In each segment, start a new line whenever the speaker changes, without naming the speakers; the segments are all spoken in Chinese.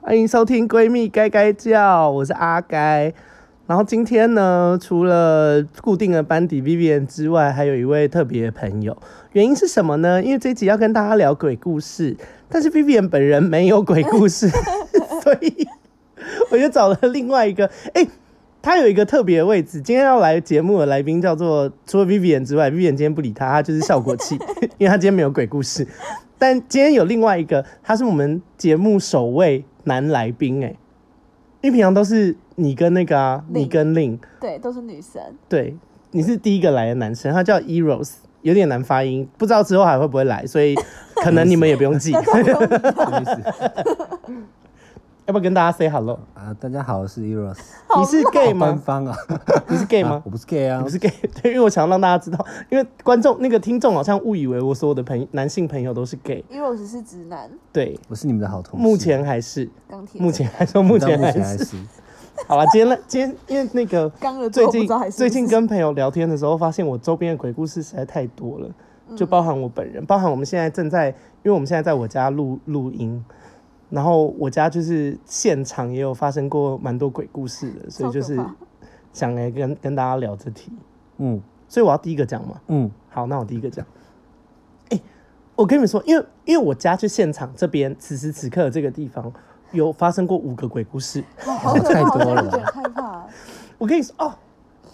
欢迎收听《闺蜜该该叫》，我是阿该。然后今天呢，除了固定的班底 Vivian 之外，还有一位特别的朋友。原因是什么呢？因为这一集要跟大家聊鬼故事，但是 Vivian 本人没有鬼故事，所以我就找了另外一个。哎、他有一个特别的位置，今天要来节目的来宾叫做除了 Vivian 之外，Vivian 今天不理他，他就是效果器，因为他今天没有鬼故事。但今天有另外一个，他是我们节目首位男来宾哎、因为平常都是你跟那个啊，
令
你跟令，
对，都是女生。
对，你是第一个来的男生，他叫 Eros，有点难发音，不知道之后还会不会来，所以可能你们也不用 记， 要
但是我有
不好意思
不要跟大家 say hello？
啊，大家好，我是 Eros，
你是 gay
好官
吗？
方啊
你是 gay 吗
啊？我不是 gay 啊
你，是 gay，对，因 为我想让大家知道，因为观众那个听众好像误以为我所有的朋男性朋友都是 gay，
Eros 是直男，
对，
我是你们的好同事。
目前还是，
钢铁直男。
目前还说目
目前
前还
目前
是
还，是
好了，今天呢今天因为那个
刚了之
最
后不
近
知道还是
最近
不是
跟朋友聊天的时候，发现我周边的鬼故事实在太多了，
嗯
就包含我本人，包含我们现在正在，因为我们现在在我家录录音，然后我家就是现场也有发生过蛮多鬼故事的，所以就是
超可怕
想来跟跟大家聊这题，
嗯
所以我要第一个讲嘛。
嗯
好，那我第一个讲。哎、我跟你们说，因为因为我家就现场这边，此时此刻这个地方有发生过五个鬼故事。
哇 好可
太
怕，
多
我真的
了
有点害怕。
我跟你说哦，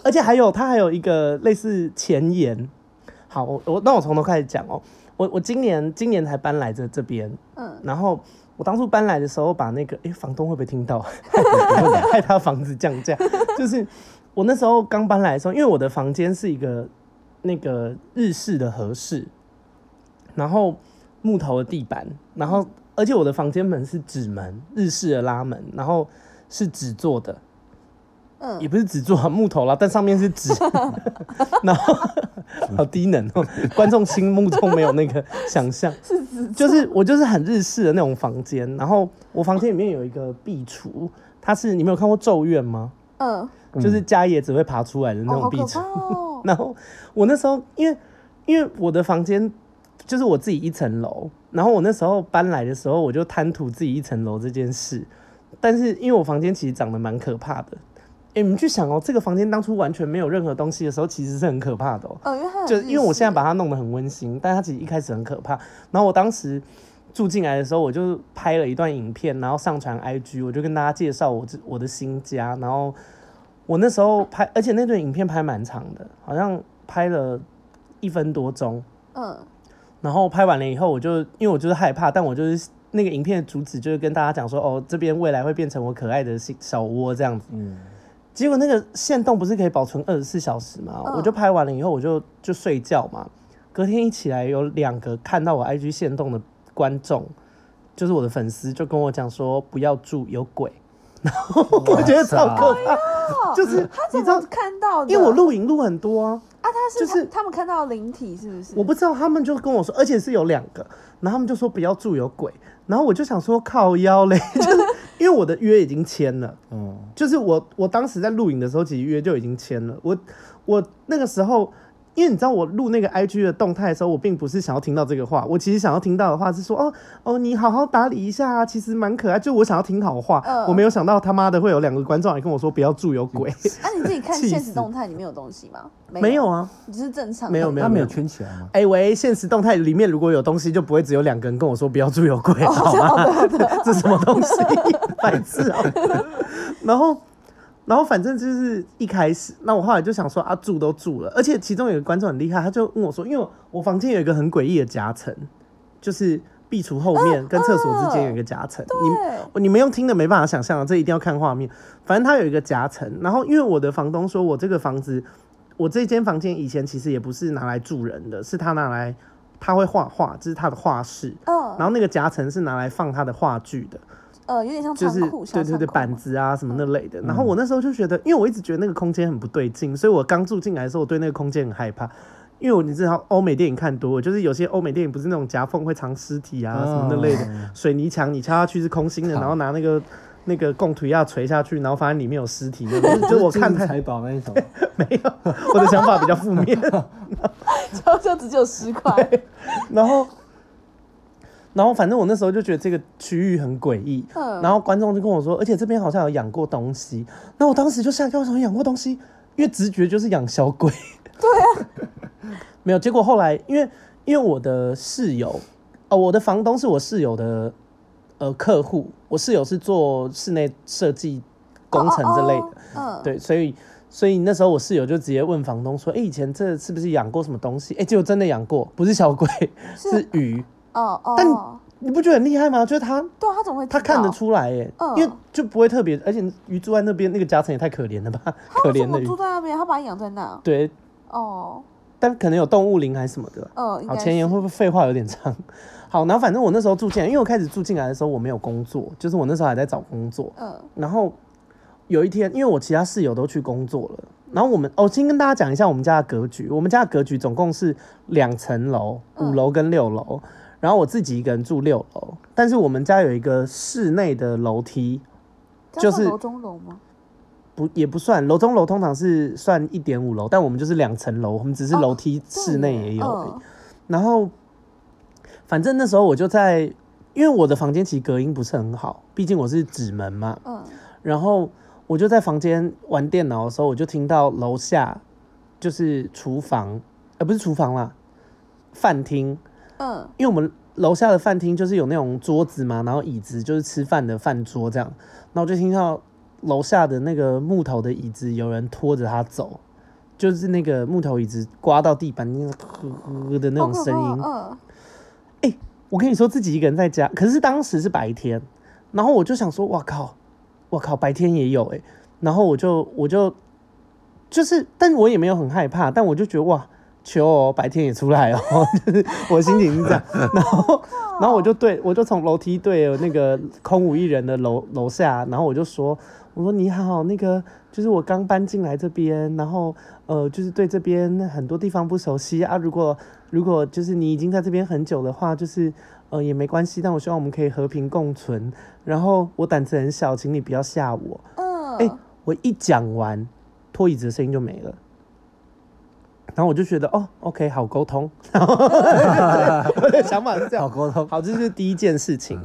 而且还有它还有一个类似前言。好，我我那我从头开始讲哦。我我今年今年才搬来这这边，
嗯，
然后我当初搬来的时候，把那个哎、诶房东会不会听到？ 害他房子降价。就是我那时候刚搬来的时候，因为我的房间是一个那个日式的和室，然后木头的地板，然后而且我的房间门是纸门，日式的拉门，然后是纸做的，
嗯
也不是纸做、啊、木头啦，但上面是 纸，然后 好低能哦、观众心目中没有那个想象，
是直
就是我就是很日式的那种房间，然后我房间里面有一个壁橱，它是你没有看过《咒怨》吗？
嗯，
就是家也只会爬出来的那
哦，
种
好
壁
可
橱
怕。哦。
然后我那时候因为因为我的房间就是我自己一层楼，然后我那时候搬来的时候我就贪图自己一层楼这件事，但是因为我房间其实长得蛮可怕的。哎、你们去想哦，这个房间当初完全没有任何东西的时候，其实是很可怕的哦。
呃，因为它很
就
日
因为我
式
现在把它弄得很温馨，但它其实一开始很可怕。然后我当时住进来的时候，我就拍了一段影片，然后上传 IG，我就跟大家介绍我这我的新家。然后我那时候拍，而且那段影片拍蛮长的，好像拍了一分多钟。
嗯
然后拍完了以后，我就因为我就是害怕，但我就是那个影片的主旨就是跟大家讲说，哦，这边未来会变成我可爱的新小窝这样子。
嗯
结果那个线洞不是可以保存二十四小时吗？
嗯
我就拍完了以后，我就就睡觉嘛。隔天一起来，有两个看到我 IG 线洞的观众，就是我的粉丝，就跟我讲说不要住，有鬼。 然后我觉得超可怕，就是
哎他
你
怎
知道
么，看到的？
因为我录影录很多啊，
啊，他是
就是
他他们看到灵体是不是？
我不知道他们就跟我说，而且是有两个，然后他们就说不要住，有鬼。然后我就想说靠腰嘞， 就是因为我的约已经签了。
嗯，
就是我我当时在录影的时候，其实约就已经签了。我我那个时候，因为你知道我录那个 IG 的动态的时候，我并不是想要听到这个话，我其实想要听到的话是说，哦哦，你好好打理一下啊，其实蛮可爱。就我想要听好话，
嗯
我没有想到他妈的会有两个观众来跟我说不要住有鬼，
啊，你自己看
气
现实
死
动态里面有东西吗？
没有，啊。
你就是正常的。
没有没
他没有圈起来吗？
哎、喂，现实动态里面如果有东西，就不会只有两个人跟我说不要住有鬼，哦好吗？ 这什么东西，白痴啊！然后，然后反正就是一开始，那我后来就想说啊，住都住了，而且其中有个观众很厉害，他就问我说，因为我房间有一个很诡异的夹层，就是壁橱后面跟厕所之间有一个夹层，你
对，
你们用听的没办法想象啊，这一定要看画面。反正它有一个夹层，然后因为我的房东说我这个房子，我这间房间以前其实也不是拿来住人的，是他拿来他会画画，这是他的画室。
嗯
然后那个夹层是拿来放他的话剧的，
呃，有点像
就
仓
是
库，小
对对
仓
对
库
板
嘛
子啊什么那类的。然后我那时候就觉得，因为我一直觉得那个空间很不对劲，所以我刚住进来的时候，我对那个空间很害怕。因为我你知道欧美电影看多了，就是有些欧美电影不是那种夹缝会藏尸体啊什么那类的，
嗯
水泥墙你敲下去是空心的，
好
然后拿那个那个供土压锤下去，然后发现里面有尸体那种。就我看
金银
太
财宝那一种，
没有，我的想法比较负面。
钞票只有十块，
然后，然后反正我那时候就觉得这个区域很诡异，
嗯
然后观众就跟我说，而且这边好像有养过东西。那我当时就吓到，为什么养过东西？因为直觉就是养小鬼。 对啊，没有。结果后来，因为因为我的室友，哦，我的房东是我室友的呃客户，我室友是做室内设计工程之类的。
哦哦哦嗯，
对，所以所以那时候我室友就直接问房东说：“哎、以前这是不是养过什么东西？”哎、结果真的养过，不是小鬼，
是
是鱼。
哦哦，
但你不觉得很厉害吗？就是他
对啊，他怎么会知
他
道？
看得出来耶，
嗯
因为就不会特别，而且鱼住在那边，那个夹层也太可怜了吧，
他
可
为什
怜的
么
鱼
哦住。在那边？他把你养在那？
对，
哦，
但可能有动物灵还是什么的吧。
嗯，应
好，
该
前言
是
会不会废话有点长？ 好，然后反正我那时候住进来，因为我开始住进来的时候我没有工作，就是我那时候还在找工作，
嗯
然后有一天，因为我其他室友都去工作了，然后我们哦，先跟大家讲一下我们家的格局。我们家的格局总共是两层楼，
嗯
五楼跟六楼。然后我自己一个人住六楼，但是我们家有一个室内的楼梯，
这
就
样算
是
楼中楼吗？
不也不算楼中楼，通常是算一点五楼，但我们就是两层楼，我们只是
哦
楼梯室内也有而已。
嗯
然后，反正那时候我就在，因为我的房间其实隔音不是很好，毕竟我是纸门嘛，
嗯，
然后我就在房间玩电脑的时候，我就听到楼下就是厨房，呃，不是厨房啦，饭厅，
嗯
因为我们楼下的饭厅就是有那种桌子嘛，然后椅子就是吃饭的饭桌这样，然后我就听到楼下的那个木头的椅子有人拖着它走。就是那个木头椅子刮到地板，那个呵呵呵的那
好
种
可
声
怕
音，
嗯，
我跟你说，自己一个人在家，可是当时是白天，然后我就想说，哇靠，哇靠，白天也有哎、然后我就我就就是，但我也没有很害怕，但我就觉得哇，求哦，白天也出来哦， 就是我心情是这样，然后然后我就对我就从楼梯对那个空无一人的楼楼下，然后我就说，我说你好，那个就是我刚搬进来这边，然后呃，就是对这边很多地方不熟悉啊，如果如果就是你已经在这边很久的话，就是呃也没关系，但我希望我们可以和平共存。然后我胆子很小，请你不要吓我。
嗯，
哎我一讲完，拖椅子的声音就没了。然后我就觉得哦，OK，好沟通。 然后我的想法是这
好
样。
沟通，
好，这是第一件事情。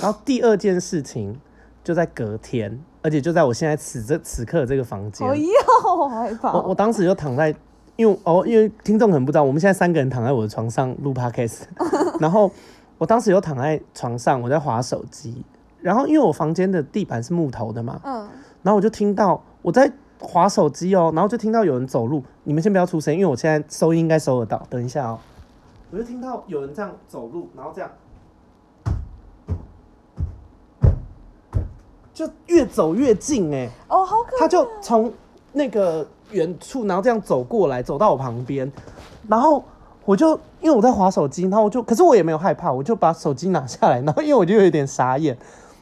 然后第二件事情就在隔天，而且就在我现在此这此刻这个房间。
我要，我害怕。
我我当时就躺在，因为哦，因为听众可能不知道，我们现在三个人躺在我的床上录 podcast，然后我当时就躺在床上，我在划手机，然后因为我房间的地板是木头的嘛，
嗯，
然后我就听到我在划手机哦，然后就听到有人走路，你们先不要出声，因为我现在收音应该收得到，等一下哦，我就听到有人这样走路，然后这样。就越走越近哎、
哦，好可
他就从那个远处，然后这样走过来，走到我旁边，然后我就因为我在划手机，然后我就，可是我也没有害怕，我就把手机拿下来，然后因为我就有点傻眼，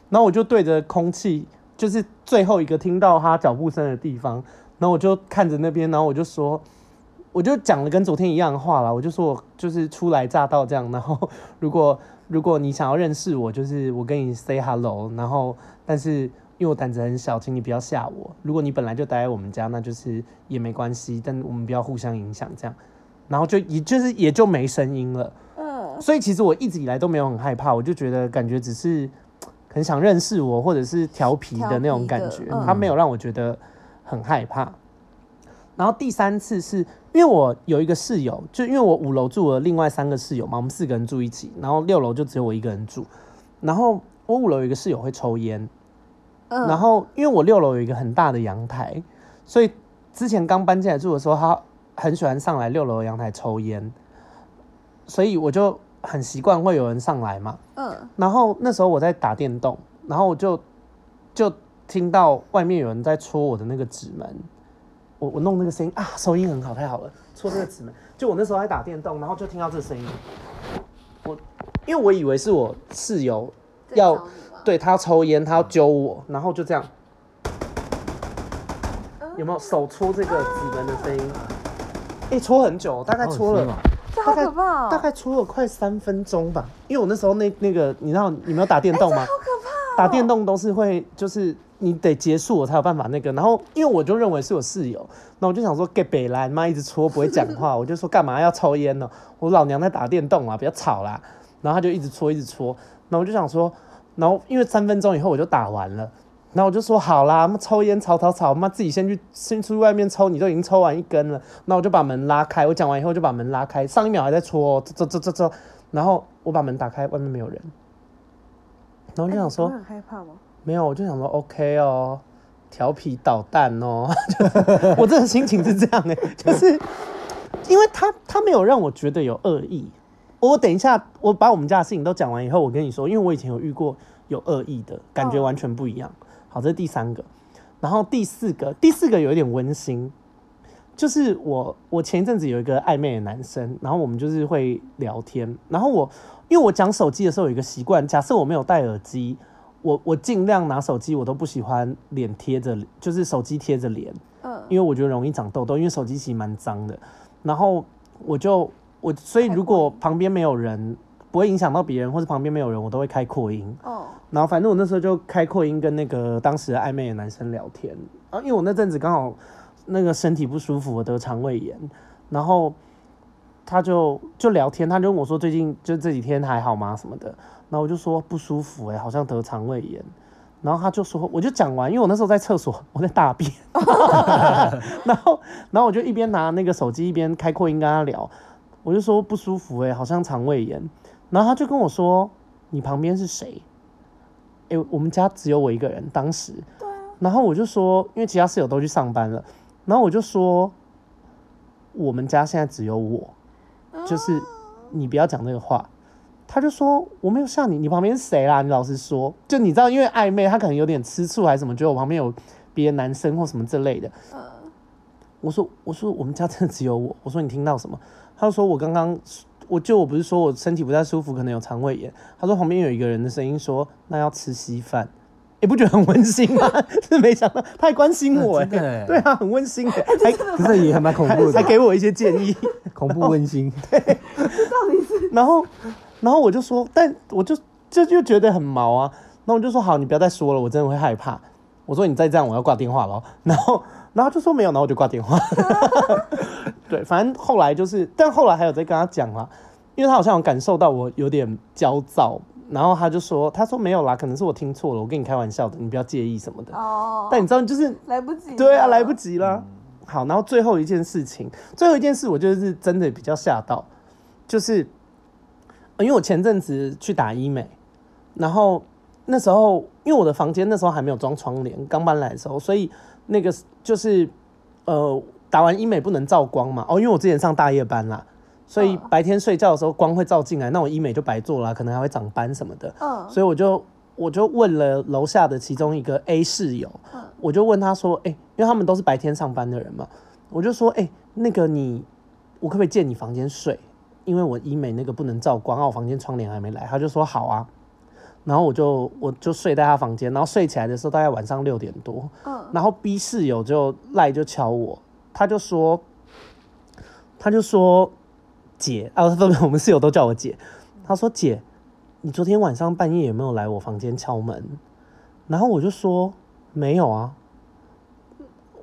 然后我就对着空气，就是最后一个听到他脚步声的地方，然后我就看着那边，然后我就说。我就讲了跟昨天一样的话啦，我就说我就是初来乍到这样，然后 如果如果你想要认识我，就是我跟你 say hello，然后但是因为我胆子很小，请你不要吓我。如果你本来就待在我们家，那就是也没关系，但我们不要互相影响这样。然后就也就是也就没声音了。
嗯
所以其实我一直以来都没有很害怕，我就觉得感觉只是很想认识我，或者是调皮的那种感觉
调皮的嗯，
他、没有让我觉得很害怕。然后第三次是因为我有一个室友，就因为我五楼住了另外三个室友嘛，我们四个人住一起，然后六楼就只有我一个人住。然后我五楼有一个室友会抽烟，
嗯，
然后因为我六楼有一个很大的阳台，所以之前刚搬进来住的时候，他很喜欢上来六楼的阳台抽烟，所以我就很习惯会有人上来嘛。
嗯
然后那时候我在打电动，然后我就就听到外面有人在戳我的那个指门，我我弄那个声音啊，收音很好，太好了，戳这个指门。就我那时候在打电动，然后就听到这个声音，我因为我以为是我室友要
在找你吗
对他要抽烟，他要揪我，然后就这样，
嗯
有没有手戳这个指门的声音？哎、戳很久，大概戳
好恶心
了
哦，
这
大
好
概
可怕哦，
大概戳了快三分钟吧。因为我那时候那那个，你知道你没有打电动吗？
好可怕哦，
打电动都是会，就是你得结束我才有办法那个。然后因为我就认为是我室友，那我就想说给北兰妈一直戳不会讲话，我就说干嘛要抽烟呢？我老娘在打电动啊，不要吵啦。然后他就一直搓，一直搓。然后我就想说，然后因为三分钟以后我就打完了，然后我就说好啦，妈抽烟吵吵吵，妈自己先去先出去外面抽，你都已经抽完一根了。那我就把门拉开，我讲完以后就把门拉开，上一秒还在搓、哦，这这这这这，然后我把门打开，外面没有人。然后我就想说
哎，你不会很害怕吗？
没有，我就想说 OK 哦，调皮捣蛋哦， 就是我这个心情是这样哎、就是因为他他没有让我觉得有恶意。我等一下，我把我们家的事情都讲完以后，我跟你说，因为我以前有遇过有恶意的感觉，
哦
完全不一样。好，这是第三个，然后第四个，第四个有一点温馨，就是我我前一阵子有一个暧昧的男生，然后我们就是会聊天，然后我因为我讲手机的时候有一个习惯，假设我没有戴耳机，我我尽量拿手机，我都不喜欢脸贴着，就是手机贴着脸，
嗯，
因为我觉得容易长痘痘，因为手机其实蛮脏的。然后我就我所以
开
如果
扩音
旁边没有人，不会影响到别人，或是旁边没有人，我都会开扩音。
哦，
然后反正我那时候就开扩音跟那个当时的暧昧的男生聊天，啊，因为我那阵子刚好那个身体不舒服，我得肠胃炎，然后他就就聊天，他就问我说最近就这几天还好吗什么的，然后我就说不舒服哎、好像得肠胃炎，然后他就说我就讲完，因为我那时候在厕所，我在大便， 然后然后我就一边拿那个手机一边开扩音跟他聊，我就说不舒服哎、好像肠胃炎，然后他就跟我说你旁边是谁？哎、我们家只有我一个人，当时，
对啊，
然后我就说，因为其他室友都去上班了，然后我就说，我们家现在只有我，
嗯
就是你不要讲这个话。他就说我没有吓你，你旁边是谁啦？你老实说，就你知道，因为暧昧，他可能有点吃醋还是什么，觉得我旁边有别的男生或什么之类的。
呃
嗯，
我说我说我们家真的只有我。我说你听到什么？他就说我刚刚我就我不是说我身体不太舒服，可能有肠胃炎。他说旁边有一个人的声音说那要吃稀饭，你不觉得很温馨吗？ 是没想到他还关心我哎、
真的欸
对啊，很温馨 哎、还
哦可是也还蛮恐怖
还还
的，
给我一些建议。
恐怖 温馨。
到底是
然后，然后我就说，但我就就就觉得很毛啊。然后我就说好，你不要再说了，我真的会害怕。我说你再这样，我要挂电话了。然后，然后他就说没有，然后我就挂电话。对，反正后来就是，但后来还有在跟他讲啦，因为他好像有感受到我有点焦躁，然后他就说，他说没有啦，可能是我听错了，我跟你开玩笑的，你不要介意什么的。
哦，
但你知道，就是
来不及，
对啊，来不，及了。好，然后最后一件事情，最后一件事，我就是真的比较吓到，就是呃因为我前阵子去打医美，然后那时候因为我的房间那时候还没有装窗帘，刚搬来的时候，所以那个就是呃打完医美不能照光嘛，哦，因为我之前上大夜班啦，所以
嗯
白天睡觉的时候光会照进来，那我医美就白做啦，可能还会长斑什么的。
嗯，
所以我就我就问了楼下的其中一个 A 室友，
嗯
我就问他说：“哎、因为他们都是白天上班的人嘛，我就说：哎、那个你，我可不可以借你房间睡？因为我医美那个不能照光，啊，我房间窗帘还没来。”他就说：“好啊。”然后我就我就睡在他房间，然后睡起来的时候大概晚上六点多，
嗯，
然后 B 室友就赖就敲我，他就说，他就说姐啊，不不，我们室友都叫我姐。他说姐，你昨天晚上半夜有没有来我房间敲门？然后我就说没有啊，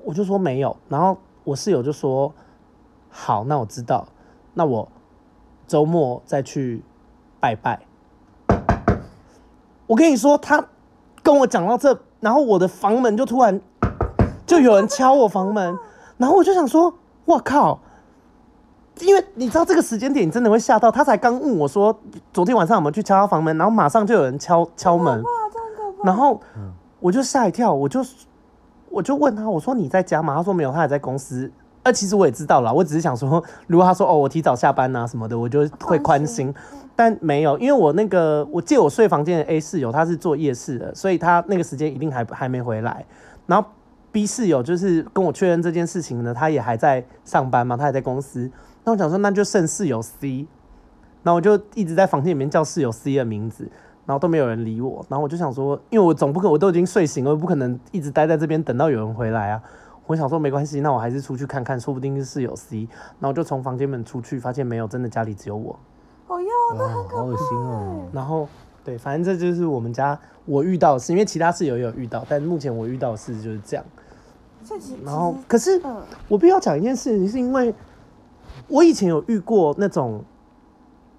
我就说没有。然后我室友就说好，那我知道，那我周末再去拜拜。我跟你说，他跟我讲到这，然后我的房门就突然就有人敲我房门，然后我就想说，我靠！因为你知道这个时间点，你真的会吓到。他才刚问我说，昨天晚上我们去敲他房门，然后马上就有人敲敲门，
哇，这样可怕，
然后我就吓一跳，我就我就问他，我说你在家吗？他说没有，他还在公司。呃，其实我也知道啦，我只是想说， 如果他说哦我提早下班啊什么的，我就会宽心。但没有，因为我那个我借我睡房间的 A 室友，他是做夜市的，所以他那个时间一定还还没回来。然后 B 室友就是跟我确认这件事情呢，他也还在上班嘛，他还在公司。那我想说，那就剩室友 C，然后我就一直在房间里面叫室友 C 的名字，然后都没有人理我。然后我就想说，因为我总不可我都已经睡醒了，我不可能一直待在这边等到有人回来啊。我想说没关系，那我还是出去看看，说不定是室友 C。然后我就从房间门出去，发现没有，真的家里只有我。
哦哟，
哇
那很，可
好恶心哦！
然后对，反正这就是我们家我遇到的事，因为其他室友也有遇到，但目前我遇到的事就是这样。
怕，所以其实
然后可是
嗯，
我必须要讲一件事情，是因为我以前有遇过那种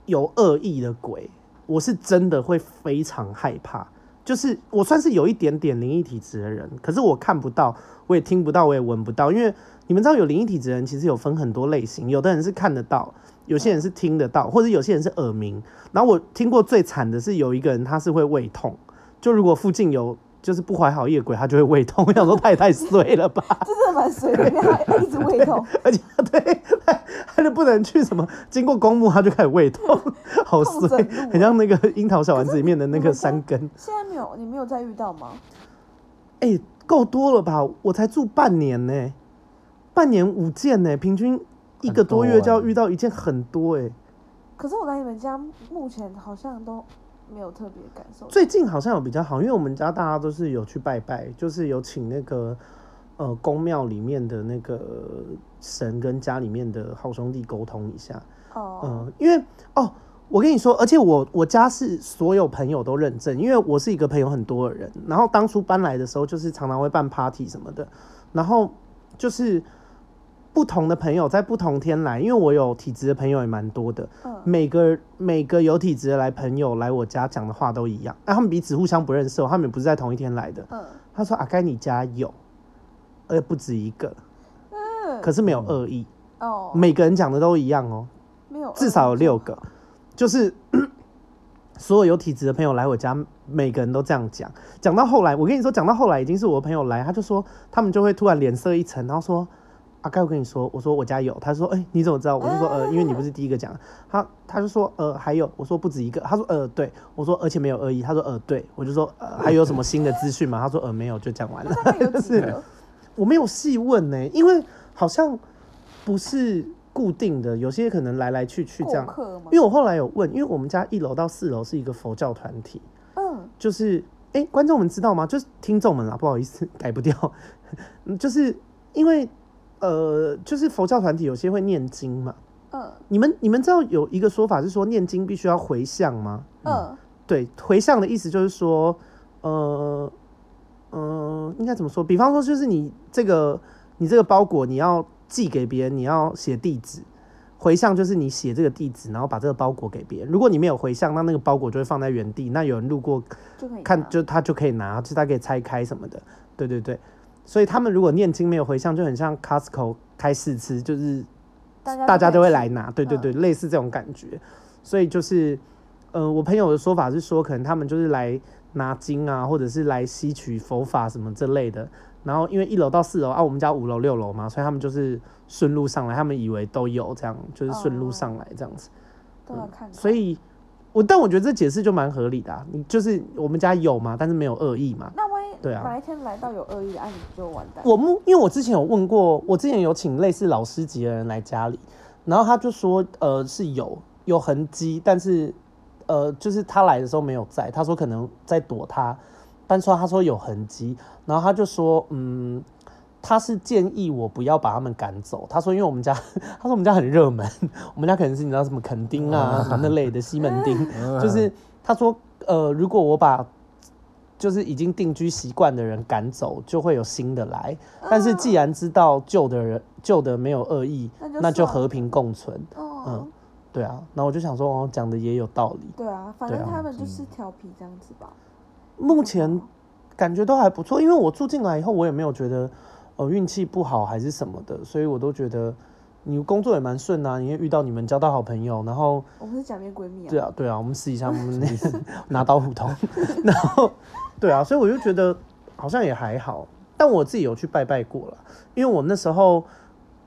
有恶意的鬼，我是真的会非常害怕。就是我算是有一点点灵异体质的人，可是我看不到，我也听不到，我也闻不到，因为你们知道有灵异体质的人其实有分很多类型，有的人是看得到，有些人是听得到，或者有些人是耳鸣。然后我听过最惨的是有一个人他是会胃痛，就如果附近有就是不怀好意的鬼，他就会胃痛。我想说他也太 衰了吧，
这真的蛮随便，他一直胃痛，
而且他对他他就不能去什么，经过公墓他就开始胃痛，好
痛
衰
整路，啊
很像那个樱桃小丸子里面的那
你
个
们
山
家
根。
现在没有，你没有再遇到吗？
哎、够多了吧？我才住半年呢、半年五件呢、平均一个多月就要遇到一件，很多哎、
可是我来你们家目前好像都没有特别感受到。
最近好像有比较好，因为我们家大家都是有去拜拜，就是有请那个呃宫庙里面的那个神跟家里面的好兄弟沟通一下。
哦，
嗯，因为哦，我跟你说，而且我我家是所有朋友都认证，因为我是一个朋友很多的人。然后当初搬来的时候，就是常常会办 party 什么的，然后就是不同的朋友在不同天来，因为我有体质的朋友也蛮多的，
嗯，
每个每个有体质的来朋友来我家讲的话都一样，啊那、他们彼此互相不认识、哦，他们也不是在同一天来的。
嗯
他说：“啊阿该你家有，而且不止一个，
嗯，
可是没有恶意，
哦，
每个人讲的都一样哦。”
没有，嗯
至少有六个，就是 所有有体质的朋友来我家，每个人都这样讲。讲到后来，我跟你说，讲到后来已经是我朋友来，他就说他们就会突然脸色一沉，然后说：“阿、啊、盖，我跟你说，我说我家有。”他说：“哎、你怎么知道？”我就说：“呃，因为你不是第一个讲。”他他就说：“呃，还有。”我说：“不止一个。”他说：“呃，对。”我说：“而且没有恶意。”他说：“呃，对。”我就说：“呃，还有什么新的资讯吗？”他说：“呃，没有，就讲完了
那。大概有
是
几个？
我没有细问呢、因为好像不是固定的，有些可能来来去去这
过
样。
客吗
因为？我后来有问，因为我们家一楼到四楼是一个佛教团体，
嗯，
就是哎、诶观众们知道吗？就是听众们啦，不好意思，改不掉， 嗯就是因为呃，就是佛教团体有些会念经嘛。
嗯
你们你们知道有一个说法是说念经必须要回向吗？
嗯
对，回向的意思就是说，呃呃，应该怎么说？比方说，就是你这个你这个包裹你要寄给别人，你要写地址。回向就是你写这个地址，然后把这个包裹给别人。如果你没有回向，那那个包裹就会放在原地。那有人路过
就可以
看
拿，
就他就可以拿，就他可以拆开什么的。对对对，所以他们如果念经没有回向，就很像 Costco 开试吃，就是
大家
大家都会
可以
来
吃嗯
拿，对对对，类似这种感觉。所以就是，呃，我朋友的说法是说，可能他们就是来拿经啊，或者是来吸取佛法什么之类的。然后因为一楼到四楼啊，我们家五楼六楼嘛，所以他们就是顺路上来，他们以为都有这样，就是顺路
哦
上来这样子。
都要看看，
所以我但我觉得这解释就蛮合理的、啊，你就是我们家有嘛，但是没有恶意嘛。
那万一
对啊
哪一天来到有恶意的，啊，你就完蛋。
我目因为我之前有问过，我之前有请类似老师级的人来家里，然后他就说，呃，是有有痕迹，但是呃，就是他来的时候没有在，他说可能在躲他，但说他说有痕迹，然后他就说，嗯。他是建议我不要把他们赶走。他说，因为我们家， 他说我们家很热门， 我们家可能是你知道什么垦丁啊、什么那类的西门町，
啊嗯
就是他说，呃，如果我把就是已经定居习惯的人赶走，就会有新的来。
啊
但是既然知道旧的人旧的没有恶意，
那就
那就
算了
和平共存。
哦
嗯，，对啊。那我就想说，哦，讲的也有道理。
对啊，反
对
正
啊
他们就是调皮这样子吧。
目前感觉都还不错，因为我住进来以后，我也没有觉得呃运气不好还是什么的，所以我都觉得你工作也蛮顺啊，你也遇到你们交到好朋友，然后
我们是假面闺蜜啊。
对啊，对啊，我们试一下，我们那拿刀斧头， 然后对啊，所以我就觉得好像也还好，但我自己有去拜拜过了，因为我那时候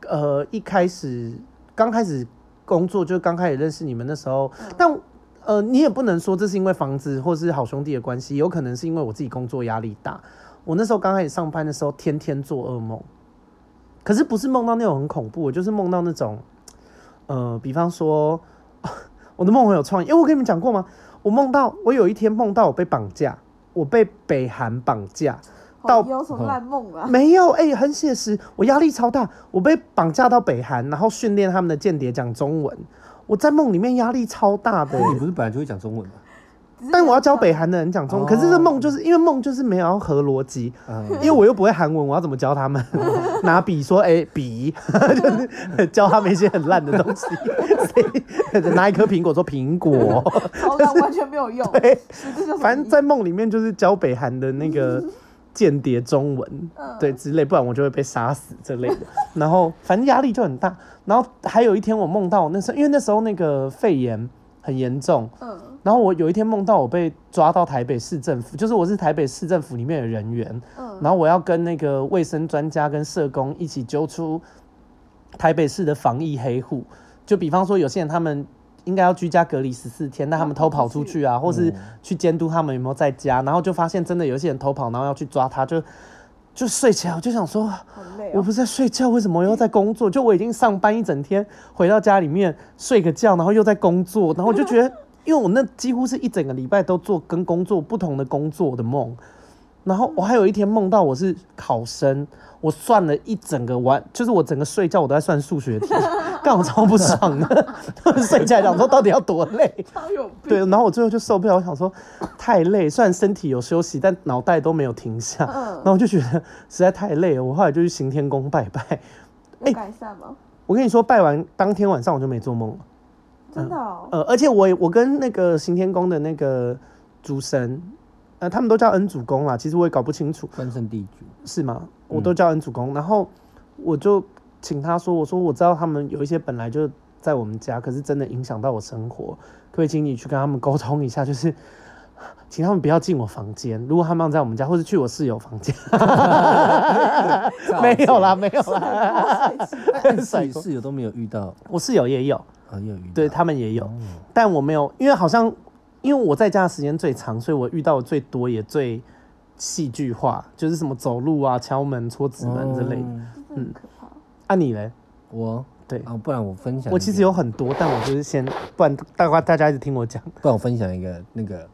呃一开始刚开始工作，就刚开始认识你们那时候，但呃你也不能说这是因为房子或是好兄弟的关系，有可能是因为我自己工作压力大，我那时候刚开始上班的时候，天天做噩梦，可是不是梦到那种很恐怖，我就是梦到那种。呃，比方说，我的梦很有创意，因为我跟你们讲过吗？我梦到我有一天梦到我被绑架，我被北韩绑架，到嗯
好有什么烂梦啊？
没有哎、很写实，我压力超大，我被绑架到北韩，然后训练他们的间谍讲中文，我在梦里面压力超大的、
你不是本来就会讲中文吗？
只是
但我要
没有
教
讲
北韩的人讲中文，可是这梦就是因为梦就是没有要合逻辑，
啊
因为我又不会韩文，我要怎么教他们？拿笔说，哎、笔， 就是教他们一些很烂的东西。所以拿一颗苹果说苹果，
超烂，完全没有用。
对，
实质就是
反正在梦里面就是教北韩的那个间谍中文，对之类，不然我就会被杀死这类的。 然后反正压力就很大。然后还有一天我梦到我那时候，因为那时候那个肺炎很严重，
嗯
然后我有一天梦到我被抓到台北市政府，就是我是台北市政府里面的人员，
嗯
然后我要跟那个卫生专家跟社工一起揪出台北市的防疫黑户。就比方说，有些人他们应该要居家隔离十四天，但他们偷跑出去
嗯
啊，或是去监督他们有没有在家，然后就发现真的有一些人偷跑，然后要去抓他，就就睡起来，我就想说，
好累
我
哦。
不是在睡觉，为什么又在工作？就我已经上班一整天，回到家里面睡个觉，然后又在工作，然后我就觉得，因为我那几乎是一整个礼拜都做跟工作不同的工作的梦，然后我还有一天梦到我是考生，我算了一整个完，就是我整个睡觉我都在算数学题，干我超不爽的， 睡起来想说到底要多累。
超有病。
对，然后我最后就受不了，我想说太累，虽然身体有休息，但脑袋都没有停下，
嗯
然后我就觉得实在太累了，我后来就去行天宫拜拜。哎
有改善吗？
我跟你说，拜完当天晚上我就没做梦了，
真的 哦。
呃，而且我也我跟那个行天宫的那个主神，呃，他们都叫恩主公啦，其实我也搞不清楚
关圣地主，
是吗？我都叫恩主公，然后我就请他说，我说我知道他们有一些本来就在我们家，可是真的影响到我生活，可不可以请你去跟他们沟通一下，就是。 请他们不要进我房间。如果他们要在我们家，或是去我室友房间， 没有啦，没有啦。
但是室友都没有遇到，
我室友也有，
啊，也有遇到，哦
对他们也有，但我没有，因为好像因为我在家的时间最长，所以我遇到的最多也最戏剧化，就是什么走路啊、敲门、戳纸门之类的。
哦
真的很可怕。
啊，你嘞？
我
对
啊，不然我分享一个，
我其实有很多，但我就是先，不然大家大家一直听我讲。
不然我分享一个那个，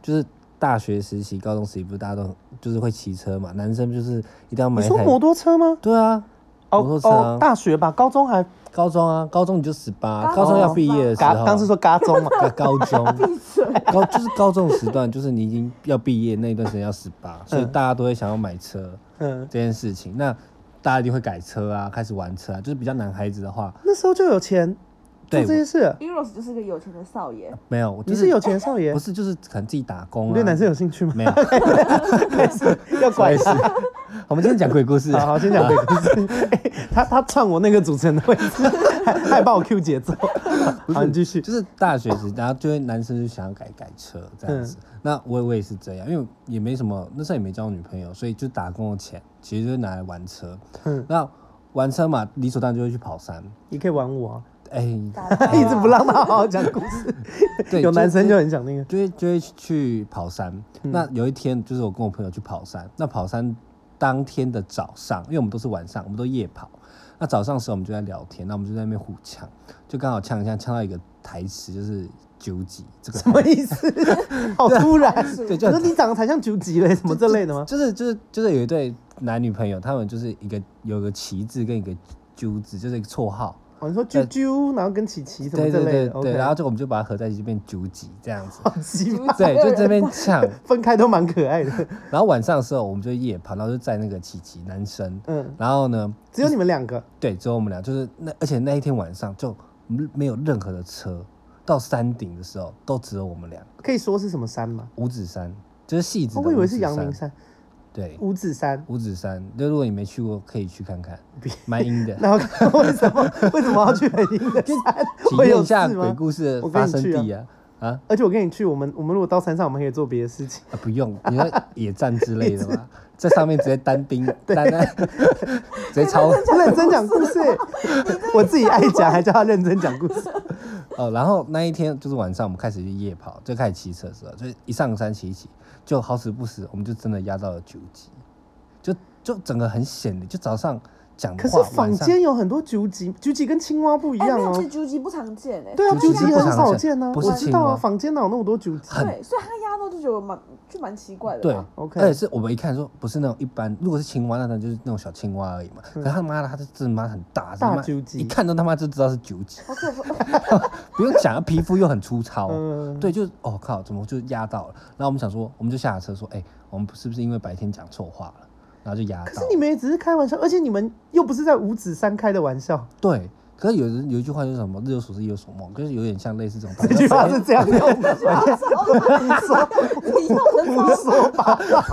就是大学实习、高中实习，不是大家都就是会骑车嘛？男生就是一定要
你
买一
说
台，
摩托车吗？
对啊，
哦
摩托车啊
哦，大学吧，高中还
高中啊，高中你就十八，
高
高中
中
要
18
毕业的时
嘎，
候，
啊刚是说嘎中 嘛。
高高中
闭嘴。
高就是高中时段，就是你已经要毕业那一段时间要十八，所以大家都会想要买车
嗯，
这件事情。那大家一定会改车啊，开始玩车啊，就是比较男孩子的话，
那时候就有钱做
对
这些事，
Eros 就是个有钱的少爷，
没有，我就
你是有钱少爷
不。是就是可能自己打工
你
啊？
对男生有兴趣吗？
没有？
要拐 他。
我们今天讲鬼故事，
好好，先讲鬼故事。 哎他他篡我那个主持人的位 置，还还帮我 Q 节奏。好，你继续。
就是大学时，然后就会男生就想要改改车这样子。
嗯
那我我也是这样，因为也没什么，那时候也没交女朋友，所以就打工的钱其实就拿来玩车。
嗯
那玩车嘛，理所当然就会去跑山。
你可以玩我、啊，
哎、
打
他一直不让他好好讲故事。
对，
有男生
就
就很想那个。
就会就会去跑山。
嗯
那有一天就是我跟我朋友去跑山，那跑山当天的早上，因为我们都是晚上，我们都夜跑。那早上的时候我们就在聊天，那我们就在那边互呛，就刚好呛一呛，呛到一个台词就是“九级”这个
什么意思？ 好突然！
对就
可是你长得才像九级嘞，什么这类的吗？
就是就是就是有一对男女朋友，他们就是一个有个旗帜跟一个揪字，就是一个绰号。
哦，你说啾啾，然后跟琪琪什么
对
这
对
类
对
的
对，然后
，OK。。
就我们就把它合在一起，就变九级这样子
好奇葩，
对，就这边呛。
分开都蛮可爱的。
然后晚上的时候，我们就夜跑，然后就在那个琪琪男生，
嗯，
然后呢，
只有你们两个，
对，只有我们俩，就是那而且那一天晚上就没有任何的车，到山顶的时候都只有我们俩。
可以说是什么山吗？
五指山就是戏子、
哦我以为是阳明，山、
对，
五指山。
五指山，就如果你没去过，可以去看看
别，
蛮阴 的。
然后为什么为什么要去很阴的 山？
体
会
验
有
一下
事
鬼
吗？
故事
我
的
跟
发
你
生
去啊
地啊啊
而且我跟你去，我们我们如果到山上，我们可以做别的事情。
啊不用，你说野战之类的 嘛，在上面直接单兵，单单 直接 超
认真讲故事， 我自己爱讲，还叫他认真讲故 事。
哦。然后那一天就是晚上，我们开始去夜跑，就开始骑车的时候，就是一上山骑一骑，就好死不死，我们就真的压到了九级，就就整个很险的，就早上讲
可
的话，
是
晚
坊
上
间有很多竹棘，竹棘跟青蛙不一
哎，
样
没有，
哦
这。狙击不常见哎。
对啊，竹
竹棘
棘
不
很
常
少
见
见啊，
不
我
是
知
青
道啊，
蛙
坊间哪有那么多竹棘？
很
对，所以他压到就觉得我蛮就蛮奇怪的。
对，
啊 OK
而且是我们一看说不是那种一般，如果是青蛙，那当然就是那种小青蛙而已嘛。可他妈的，他这真的妈很大，
嗯大
他妈
纠结
一看到他妈就知道是九级，
好可 怕！
不用讲，啊皮肤又很粗糙。
嗯，
对，就是哦靠，怎么就压到了？然后我们想说，我们就下了车说，哎、我们是不是因为白天讲错话了，然后就压到？
可是你们也只是开玩笑，而且你们又不是在五指山开的玩 笑。
对，可是有人有一句话就是什么“日有所思，夜有所梦”，就是有点像类似这种。
这句话是这样用的吗，
你用的
胡说 八道。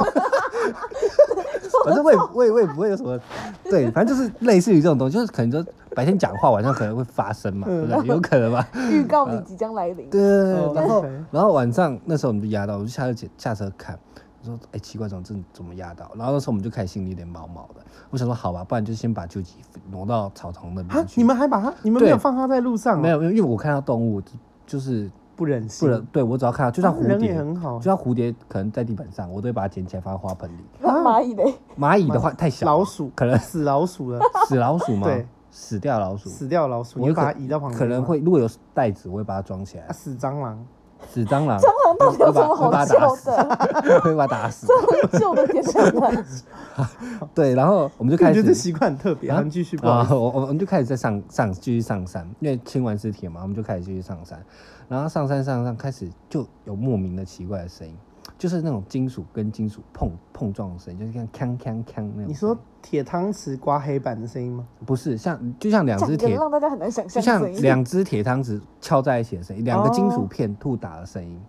反正我也我也我也不会有什么，对，反正就是类似于这种东西，就是可能就白天讲话，晚上可能会发生嘛，对不对？有可能吧。
预告你即将来临。
对对对
嗯哦
对，然后
OK
然后晚上那时候我们就压到，我就下车下车看，我说哎、奇怪，怎么这怎么压到？然后那时候我们就开始心里有点毛毛的，我想说好吧，不然就先把救急挪到草丛那
啊
边！去。
你们还把它，你们没
对
有放它在路上、哦？
没，有？因为因为我看到动物就就是
不忍心。
不能，对我只要看到，就像
啊
蝴
人
蝶，
也哦很好
就像蝴蝶可能在地板上，我都会把它捡起来放在花盆里。
那蚂蚁嘞？
蚂蚁的话太小了，
老鼠
可能
死老鼠了，
死老鼠 吗？
对，
死掉老鼠。
死掉老鼠，你
我
会
有可
把它移到旁边吗，
可能会如果有袋子，我会把它装起来
啊，。死蟑螂。
死蟑螂，
蟑螂到底有什么好笑的？
的？会把它打死。
救的点在哪？
对，然后我们就
我
开
觉
始
得这习惯很特别。
啊
好你继续，不好意
啊，
思。
我我我们就开始在上上继续上山，因为清完尸体嘛，我们就开始继续上山。然后上山上上开始就有莫名的奇怪的声音，就是那种金属跟金属碰碰撞的声音，就是像锵锵锵那种。
你说铁汤匙刮黑板的声音吗？
不是像就像两
讲
只
一个
铁，
让大家很难想
就
象的
像
声音。
两只铁汤匙敲在一起的
哦
声音，两个金属片互打的声音。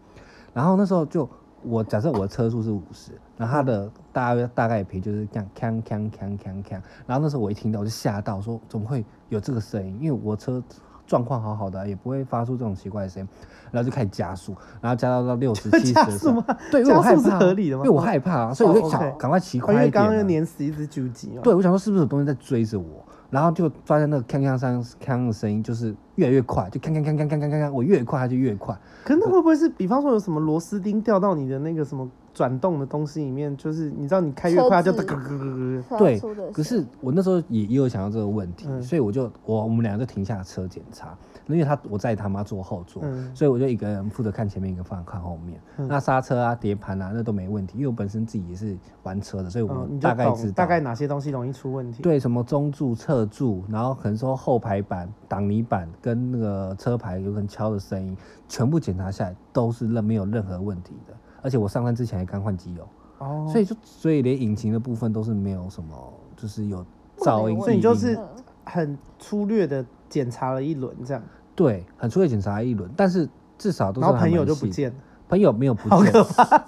然后那时候就我假设我的车速是五十，然后它的大约大概频就是这样锵锵锵锵锵。然后那时候我一听到我就吓到，说怎么会有这个声音？因为我车状况好好的啊，也不会发出这种奇怪的声音。然后就开始加速，然后加到到六十七
加
十的时
速
候
吗，
对，因为我害
加速是
怕啊，
合理的吗
因为我害怕啊，所以我就
哦
想
，OK
赶快骑
哦因
快
为
一点
刚
啊。
刚又碾死一只狙击哦。
对，我想说是不是有东西在追着我，然后就发现那个锵锵锵锵的声音就是越来越快，就锵锵锵锵锵锵锵锵，我越快它就越快，
可是那会不会是，比方说有什么螺丝钉掉到你的那个什么转动的东西里面？就是你知道你开越快，它就
车子
咯咯咯咯咯
对
发出的。
可是我那时候也也有想到这个问题，
呃嗯
所以我就我我们俩就停下车检查，因为他我在他妈坐后座，
嗯
所以我就一个人负责看前面，一个放看后面。
嗯
那刹车啊、碟盘啊那都没问题，因为我本身自己也是玩车的，所以我
嗯，你就
大概知
懂
道
大概哪些东西容易出问题。
对，什么中柱、侧柱，然后可能说后排板、挡泥板跟那个车牌有可能敲的声音，全部检查下来都是任没有任何问题的。而且我上山之前还刚换机油，
哦，
所以就所以连引擎的部分都是没有什么，就是有噪
问
音。
题
所以你就是
嗯
很粗略的检查了一轮这样，
对，很粗略检查一轮，但是至少都是
然后
还
朋友
蛮
就不
细，
见了。
朋友没有不
好
见，
可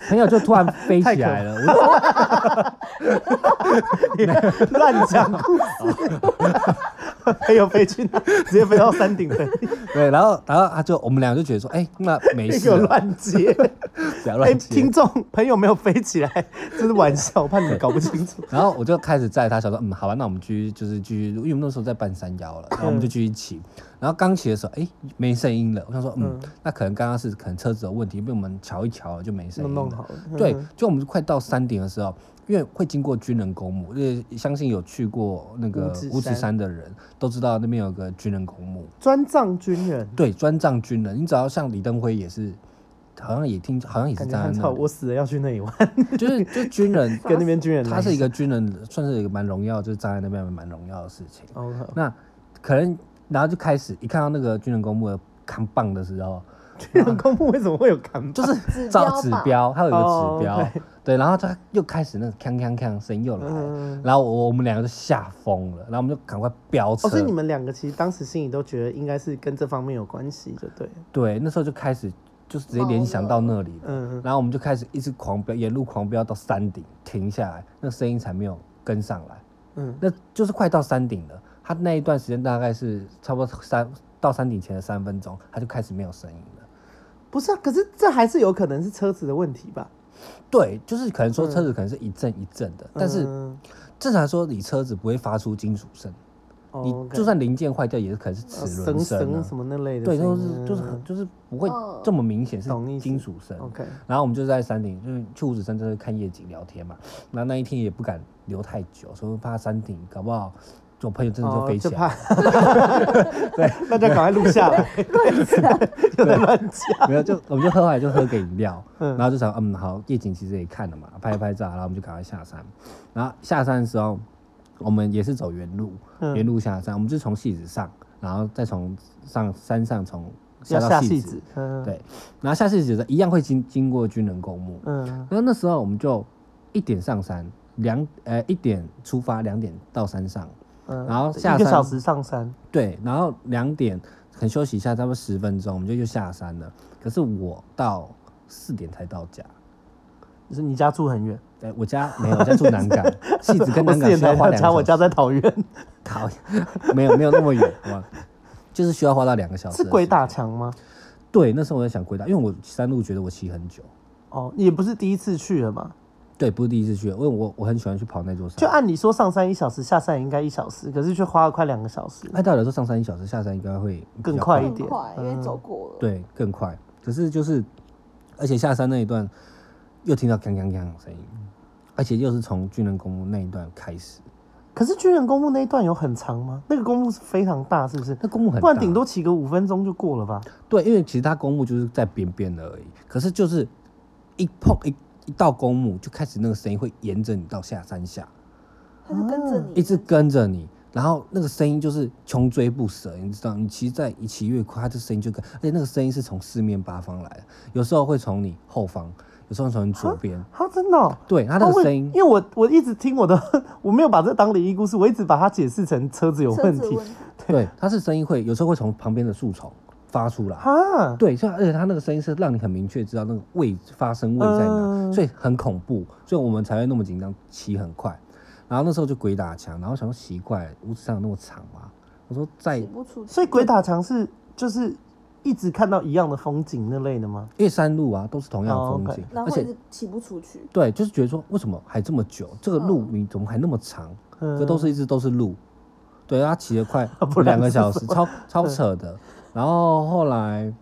朋友就突然 飞
太
起
可
来了，我
乱讲故事， 没有飞去哪，直接飞到山顶的，
对，然后然后他就我们俩就觉得说，哎、那 没
那
事
个
了，
乱接。
不要
哎，
乱接。
听众朋友没有飞起来，这是玩笑， 我怕你们搞不清楚。
然后我就开始载他，想说，嗯，好吧，那我们继续，就是继续，因为我们那时候在半山腰了，然后我
嗯
们就继续骑。然后刚骑的时候，哎，没声音了。我想说，嗯，那可能刚刚是可能车子有问题，被我们瞧一瞧就没声
弄
音
弄
了
好了，嗯
对，就我们快到山顶的时候，因为会经过军人公墓，因为相信有去过那
五
个
指
五指
山
山的人都知道那边有个军人公墓，
专葬军人，
对，专葬军人。你只要像李登辉也是，好像也听，好像也是
感觉
站
很
在
吵。
那
我
里，
死了要去那里玩，
就是就 军人
跟那边军人来。
他是一个军人，算是一个蛮荣耀，就是站在那边蛮荣耀的事情。
哦，
那可能然后就开始一看到那个军人公墓的扛棒的时候，
军 人公墓为什么会有扛把？
就是
嗯指
照
标
指
吧
标，它有一个
哦
指标，
对
对，然后他又开始那个锵锵锵声音又来了，
嗯
然后我我们两个就吓疯了，然后我们就赶快飙车，
哦，所以你们两个其实当时心里都觉得应该是跟这方面有关系，就对了。
对，那时候就开始就是直接联想到那里了，
嗯，
然后我们就开始一直狂飙，沿路狂飙到山顶停下来，那声音才没有跟上来。
嗯，
那就是快到山顶了。他那一段时间大概是差不多三到山顶前的三分钟，他就开始没有声音了。
不是啊，可是这还是有可能是车子的问题吧？
对，就是可能说车子可能是一阵一阵的，但是
嗯
正常来说，你车子不会发出金属声，
哦
你
OK
就算零件坏掉也是可能是齿
呃绳
轮声、
绳
啊，
什么那类的声
对，
音，
就是就是
嗯
很就是不会
嗯
这么明显是
懂意思
金属声。
OK。
然后我们就在山顶，就是去五指山，就是看夜景聊天嘛。然后那一天也不敢留太久，所以怕山顶搞不好我朋友真的就飞起来
哦怕， 对，那就赶快录下来，
乱 讲，
又在乱讲。
没有，就我们就喝完就喝个饮料，然后就想，嗯，好，夜景其实也看了嘛，拍一拍照，然后我们就赶快下山。然后下山的时候，我们也是走原路，
嗯
原路下山，我们就从戏子上，然后再从上山上从
要
下
下
到
戏
戏
子
子，，
嗯，
对，然后下戏子的一样会经经过军人公墓，
嗯，
然后那时候我们就一点上山，两呃一点出发，两点到山上，
嗯
然后下
一个
山
小时上山，
对，然后两点可能休息一下，差不多十分钟，我们就又下山了。可是我到四点才到家，
就是你家住很远，
哎，我家没有，我家住 南港，戏子跟
我
南
四
港
点
需要
才
花
还
两
家，我
个小
家
时，
在桃园，
讨厌，没有没有那么远，好吧，就是需要花到两个小时。
是鬼打？墙吗？
对，那时候我在想鬼打，因为我山路觉得我骑很久，
哦，也不是第一次去了嘛，
对，啊不是第一次去，因为我我很喜欢去跑那座山。
就啊按理说上山一小时，下山也应该一小时，可是却花了快两个小时。
按道理说上山一小时，下山应该会比
更
较
快一
很
点
快，因为走过了。
嗯对，更快。可是就是，而且下山那一段又听到锵锵锵的声音，而且又是从巨人公墓那一段开始。
可是巨人公墓那一段有很长吗？那个公墓是非常大，是不是？
那公墓很
不
大，
然顶多骑个五分钟就过了吧？
对，因为其实它公墓就是在边边的而已。可是就是一碰一一到公墓，就开始那个声音会沿着你到下山下，
他是跟着你
啊一直跟着你。然后那个声音就是穷追不舍，你知道，你骑在一骑越快，它的声音就跟，而且那个声音是从四面八方来的，有时候会从你后方，有时候从你左边，
啊，真的、哦。
对，它那
哦
个
我
声音
因为我我一直听我的， 我没有把这当灵异故事，我一直把它解释成车子有
车
问
子
题
问题，
对，它是声音会有时候会从旁边的树丛发出来。
哈，
对，所以而且它那个声音是让你很明确知道那个位发生位在哪，
嗯
所以很恐怖，所以我们才会那么紧张，骑很快。然后那时候就鬼打墙，然后想说奇怪，屋子上有那么长吗？我说在，
挤
因
不出去。
所以鬼打墙是就是一直看到一样的风景那类的吗？
为山路啊都是同样的
哦
风
，OK
景，
然
而
后一
且
直骑不出去，
对，就是觉得说为什么还这么久？这个路你怎么还那么长？
嗯
这都是一直都是路，对，他骑了 快
不然
两个
是
小时
什，
超超扯的。然后后来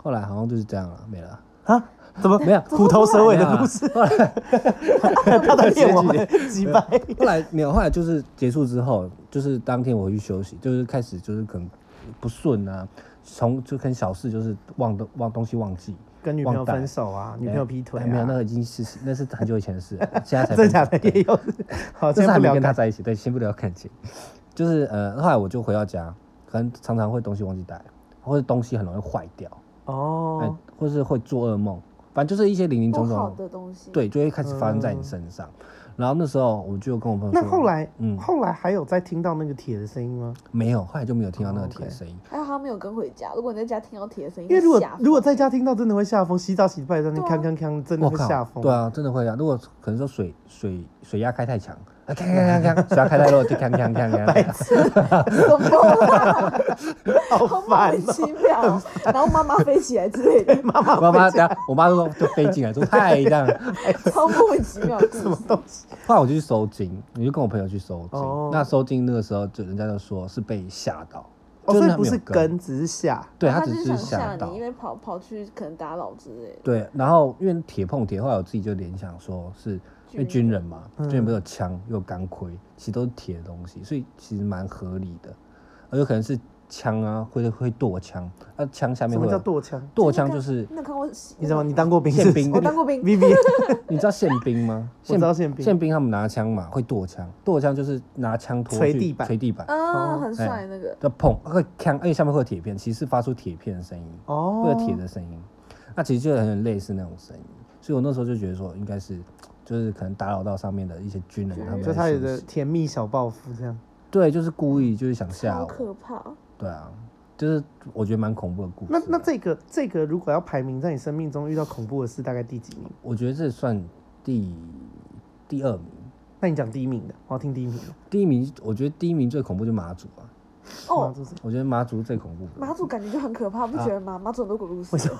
后来好像就是这样了，没了。
啊，怎么
没有
虎头 蛇尾
没有
的
啦
故事？他在骗我们几百。
后来没有，后来就是结束之后，就是当天我回去休息，就是开始就是可能不顺啊，从就很小事就是忘的忘东西忘记，
跟女朋友
忘带
分手啊，女
哎
朋友劈腿啊，
哎没有，那个已经是那是很久以前的 事了，现在才
真的
分
假
手
的
对
也有。好，
这
先
是
不
还没
聊
跟他
感
在一起，对，先不聊感情，就是呃，后来我就回到家，可能常常会东西忘记带，或者东西很容易坏掉，哎、
哦，
或是会做噩梦，反正就是一些零零
不
总
好
总，
的东西。，
对，就会开始发生在你身上。然后那时候我就跟我朋友说，
嗯那后来，
嗯
后来还有在听到那个铁的声音吗？
没有，后来就没有听到那个
哦
铁
，OK
声音。
还好他没有跟回家。如果你在家听到铁的声音，
因为如果
吓疯
如果在家听到，真的会吓疯，洗澡洗到一半在那
对啊
边锵锵锵，真的
我
会
靠
吓疯。
对，啊，真的会啊。如果可能说水水水压开太强，啊，锵锵锵锵，水压开太弱就锵锵锵
白
锵。
痴，
什么啊
好
好莫
烦
名
哦。
其妙哦，然后妈妈飞起来之类的，
妈妈
我妈
会
等下，我妈就就飞进来说太这样。
超莫名其妙的
什
故
么
事。
东西？
后来我就去收金，我就跟我朋友去收金。
哦
那收金那个时候，就人家就说是被吓到，
哦，
就
所以
他
不
没有
是跟，只是吓。
对
哦他
他只
就是想
吓
吓
到
你，因。为跑跑去可能打扰之类的。
对，然后因为铁碰铁，后来我自己就联想说是因为军人嘛，
嗯
军人不是有枪又有钢盔，其实都是铁的东西，所以其实蛮合理的。而有可能是枪啊，会会剁枪，那、枪下面
什
会
么
有
叫剁枪？
剁枪就是
那看我，
你知道吗？你当过兵是不是？
宪兵
我当过兵，
B B，
你知道宪兵吗？
我知道宪兵
宪兵他们拿枪嘛，会剁枪，剁枪就是拿枪托
捶
去
地板
捶地板，
啊，
哦
很
哎
帅那个。
就砰，会枪，而且下面会有铁片，其实是发出铁片的声音，
哦，
会有铁的声音，那其实就很类似那种声音，所以我那时候就觉得说，应该是就是可能打扰到上面的一些军人，
军人
他们
就
在
他有
休
的
息
甜蜜小报复这样。
对，就是故意就是想吓
超
我，
可怕！
对啊，就是我觉得蛮恐怖的故事
那
啊。
那这个这个如果要排名在你生命中遇到恐怖的事，大概第几名？
我觉得这算第第二名，
那你讲第一名的，我要听第一名的。
第一名我觉得第一名最恐怖就马祖啊。
哦
哦，，
我觉得马祖啊最恐怖的。
马祖感觉就很可怕，不觉得吗？马祖很多鬼故事。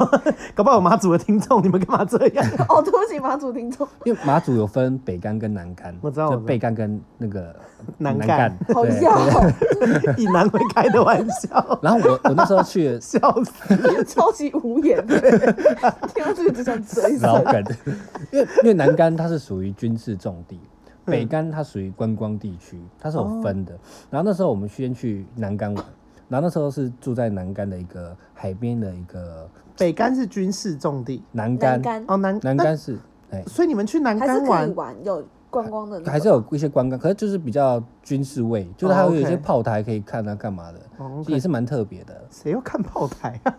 搞不好有马祖的听众，你们干嘛这样？
哦，对不起，马祖听众，
因为马祖有分北干跟南干，
我知道
就
我知道
北干跟那个
南干
干。
好
对
笑，哦
以南会开的玩笑，
然后我我那时候去
笑死！
超级无言的，听到这个就想嘴
老
损。
梗，因为因为南干它是属于军事重地，
嗯
北干它属于观光地区，它是
哦
有分的。然后那时候我们先去南干玩，然后那时候是住在南干的一个海边的一个
北干是军事重地，
南干
栏，杆
哦南
南干是哎
那，所以你们去南
还是
干
可以
玩，
玩，有观光的那
还是
种
有一些观光，可是就是比较军事味，就是它
哦
会有一些
，OK
炮台可以看啊，干嘛的，
哦，OK
也是蛮特别的。
谁要看炮台啊？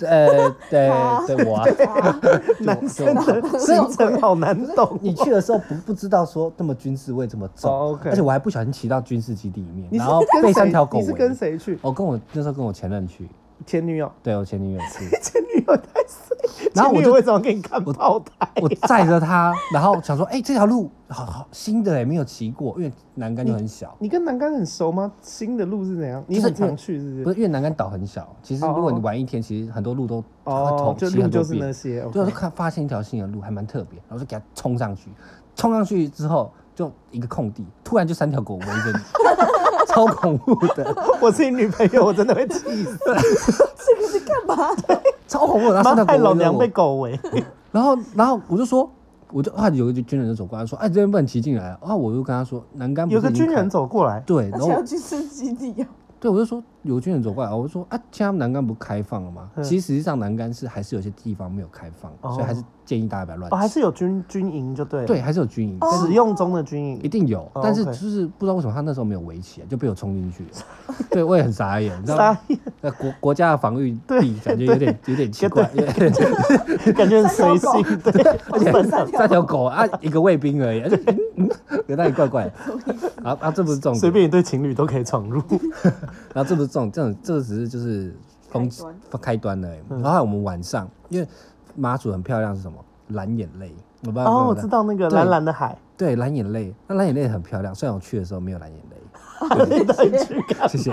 呃，对
好
对，我啊，
啊
男生的行程好难懂。
你去的时候不不知道说那么军事味这么重，
哦，OK
而且我还不小心骑到军事基地里面，
你是
然后被
跟
三
谁
条？狗
你是跟
围。
谁去？
我哦跟我那时候跟我前任去，
前女友，
对我前女友去，
前女友太衰。
然后我
前女
就
友为什么给你看炮台？
我载着她，然后想说，哎、这条路好好新的哎，没有骑过，因为栏杆就很小，
你跟南竿很熟吗？新的路是怎样？你
就是
很常去是不
不
是？
是因为栏杆岛很小，其实如果你玩一天，其实很多路都会
哦
同，
就
骑
路
很多
就是那
遍，
些。
对，啊我
OK
就看发现一条新的路还蛮特别，然后就给它冲上去，冲上去之后就一个空地，突然就三条狗围着你， 超恐怖的。
我是你女朋友，我真的会气死。
这个是干嘛的？
超恐怖的，然后
妈
圣诞
害
狗
老
围着
娘
我
被狗围。
然后然后我就说，我就啊有一个军人就走过来说，哎这边不能骑进来啊，啊我就跟他说栏杆不是
有个
已经
军人
开
走过来，
对，
而
然后
且要
我
军事基地啊，
对我就说有军人走过来，我就说啊现在栏杆不是开放了吗？
嗯
其实实际上栏杆是还是有些地方没有开放，所以还是建议大家不要乱
哦，还
骑。
是有军军营就对了。哦
对，，还是有军营，但
使
是
用中的军
一
营。
定有，
哦
但是就
OK
是不知道为什么他那时候没有围起来，就被我冲进去 了。对，我也很傻眼，你知道吗
傻？眼，
那国国家的防御力感觉有点有点奇怪，有点
感觉很随 性，对，
而且
三条狗
三条狗啊，一个卫兵而已，而 且嗯嗯，有那里怪怪的。啊啊，这不是重
随
点，
便一对情侣都可以闯 入。
然后这不是重点，这种这只是就是风
开端
开端而已。
嗯
然后还有我们晚上，因为马祖很漂亮是什么？蓝眼泪，我不知道有没有
哦，我
看
知道那个
对
蓝蓝的海，
对，蓝眼泪，那蓝眼泪很漂亮，虽然我去的时候没有蓝眼 泪，
你到底去干
谢谢。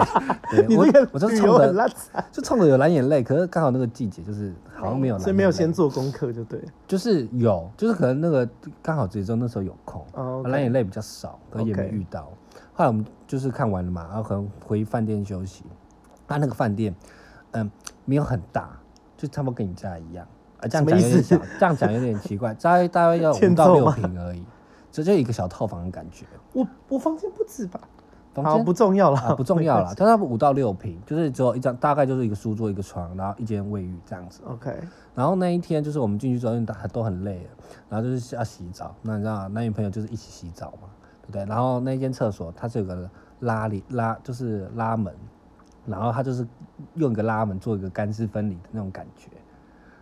你
对，我
这个
我就是
旅
冲
游很
着
烂惨，
就冲着有蓝眼泪，可是刚好那个季节就是好像没有蓝眼泪，
所以没有先做功课就对了。
就是有，就是可能那个刚好只是那时候有空，啊
哦，OK
蓝眼泪比较少，可能也
OK
没遇到。后来我们就是看完了嘛，然后可能回饭店休息。他、那个饭店，嗯，没有很大，就差不多跟你家一样。啊，这
什
样
么
讲有
意思
点小，这样讲有点奇怪，大概大概要五
欠
到
揍
六
吗
平而已，这就一个小套房的感觉。
我我房间不止吧？
房
好，
间
不重要
啊
了，
不重要啦，它差不多五到六平，就是只有一张，大概就是一个书桌、一个床，然后一间卫浴这样子。
OK，
然后那一天就是我们进去之后，因为大家都很累了，然后就是要洗澡。那你知道男女朋友就是一起洗澡嘛，对不对？然后那间厕所它是有个拉里拉，就是拉门，然后它就是用一个拉门做一个干湿分离的那种感觉。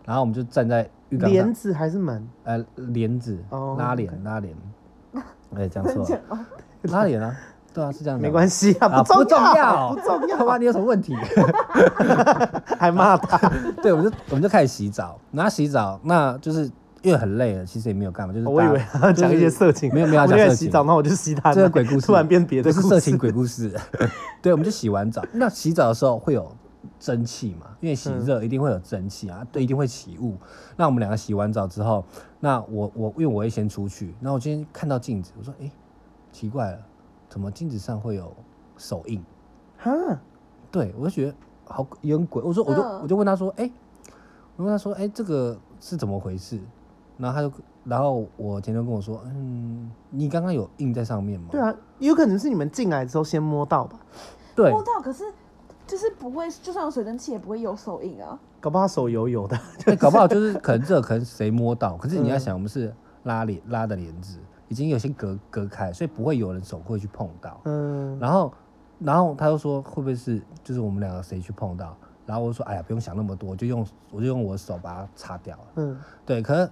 然后我们就站在浴缸
帘
上，
子还是门，
呃，帘子、
哦
拉帘
OK
拉帘，哎，讲
能
错
讲
了，
吗？
拉帘啊，对啊，是这样讲的，
没关
系
系啊，
啊，
不
不
重
重
要，
要，
不 重
他妈
要，
你有什么问题？
还骂 他，
对，我们就我们就开始洗澡，然后洗澡，那就是因为很累了，其实也没有干嘛，就是
哦我以
大
为
家
他要讲一些色情，
没有没有要
我
讲
以为
色
洗
情
澡，那我就洗他，
这个鬼故事
突然变别的
不
故事，
是色情鬼故事。 对，我们就洗完澡，那洗澡的时候会有蒸汽嘛？因为洗
嗯
热一定会有蒸汽啊，对，一定会起雾。那我们两个洗完澡之后，那我我因为我会先出去，那我今天看到镜子，我说哎、诶奇怪了，怎么镜子上会有手印？
哈，
对，我就觉得好有点鬼。我说，我就
嗯
我就问他说，哎、我问他说，哎、这个是怎么回事？然后他就，然后我前任跟我说，嗯，你刚刚有印在上面吗？
对，啊，有可能是你们进来之后先摸到吧，
对
摸哦啊到可是就是不会，就算有水蒸气也不会有手印啊。
搞不好手油油 的，
对，搞不好就是可能这可能谁摸到，可是你要想，我们是拉帘拉的帘子，已经有些隔隔开，所以不会有人手会去碰到。
嗯，
然后，然后他就说会不会是就是我们两个谁去碰到？然后我就说，哎呀，不用想那么多，就用我就用我的手把它擦掉了。
嗯
对，可是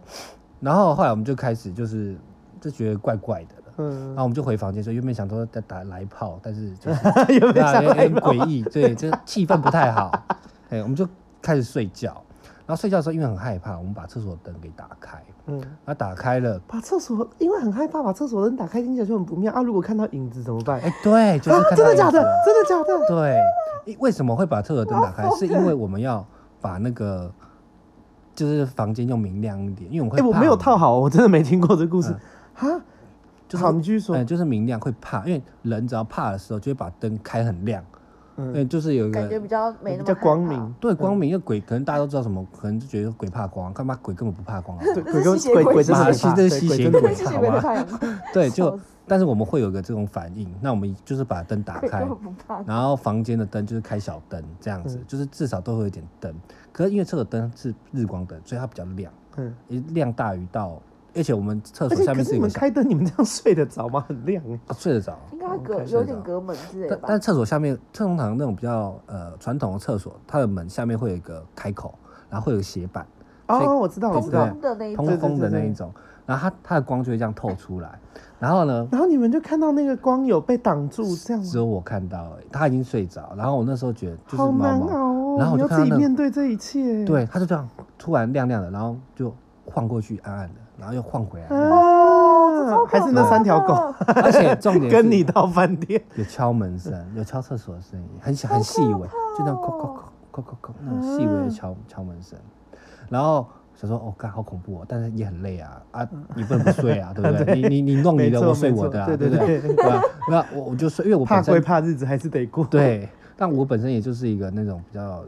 然后后来我们就开始就是就觉得怪怪的了，然
嗯，
后我们就回房间说原本想说再打来一炮，但是就是
有 没有
那
想
有
来
点
吗？
诡异，对，就气氛不太好，哎，我们就开始睡觉。然后睡觉的时候，因为很害怕，我们把厕所灯给打开。
嗯。
那打开了，
把厕所，因为很害怕把厕所灯打开，听起来就很不妙啊！如果看到影子怎么办？
哎，对，就是
啊，真
看到
的
影
假的
子？嗯
真的假的？
对，诶为什么会把厕所灯打开？是因为我们要把那个就是房间用明亮一点，因为我们
哎、
会
我
怕嗯
没有
嘛
套好，我真的没听过这故事啊。
就是
好，你继续说
哎嗯，。就是明亮会怕，因为人只要怕的时候，就会把灯开很亮，
嗯
对，就是有一
感觉
个
比较没那
比
么
较
害
光
怕
明。，
对光明，因为鬼可能大家都知道什么，可能就觉得鬼怕光，干嘛鬼根本不怕光啊？
对，鬼
这是
跟
吸血
鬼
鬼
鬼真的
嘛
很
吸
怕
这是
对
吸
鬼
血
跟鬼
鬼
但是
好
你没
吧
看过，
对，
笑
就
死
但是我们会有一个这种反应，那我们就是把灯 打
鬼
开
根，本不怕。
然后房间的灯就是开小灯这样
嗯
子，就是至少都会有一点灯。可是因为厕所灯是日光灯，所以它比较亮，
嗯，
诶亮大于到，而且我们厕
而
所
且
下
可
面
是你
是有个
们
小、
开灯，你们这样睡得着吗？很亮欸
啊睡得着。
应该
我
隔
看
有
是
点
的
隔门之类的
但
吧
但？厕所下面，通常那种比较呃传统的厕所，它的门下面会有一个开口，然后会有个斜板，所以
哦，我知道，我
通
知道。
风的那一
通
哎对
种，
风的
对
那一
对
种，然后它它的光就会这样透出来。然后呢，
然后你们就看到那个光有被挡住，这样吗
只有我看到而已，他已经睡着。然后我那时候觉得就是
好
毛
难
毛，
熬哦。
然后我
你要
就看到
自己
那个
面对这一切。啊
对，他就这样突然亮亮的，然后就晃过去暗暗的，然后又晃回来，哦
啊，还是那三条狗
哦，
而且重 点
跟
是
你到饭 店。
有敲门声，
嗯
有敲厕所的声音，很小很细微，
哦
就那样叩叩叩叩叩叩那种细微的
嗯
敲敲门声，然后。想说哦，干好恐怖哦，但是也很累啊啊！你不能不 睡啊，对不对？你你你弄
嗯
你
没
的，
错
我睡
没
我
错
的啊，
对
不
对
对？
对，
对啊那我我就睡， 因为我
怕
本
归
身
怕，日子还是得过。，
对，但我本身也就是一个那种比较呃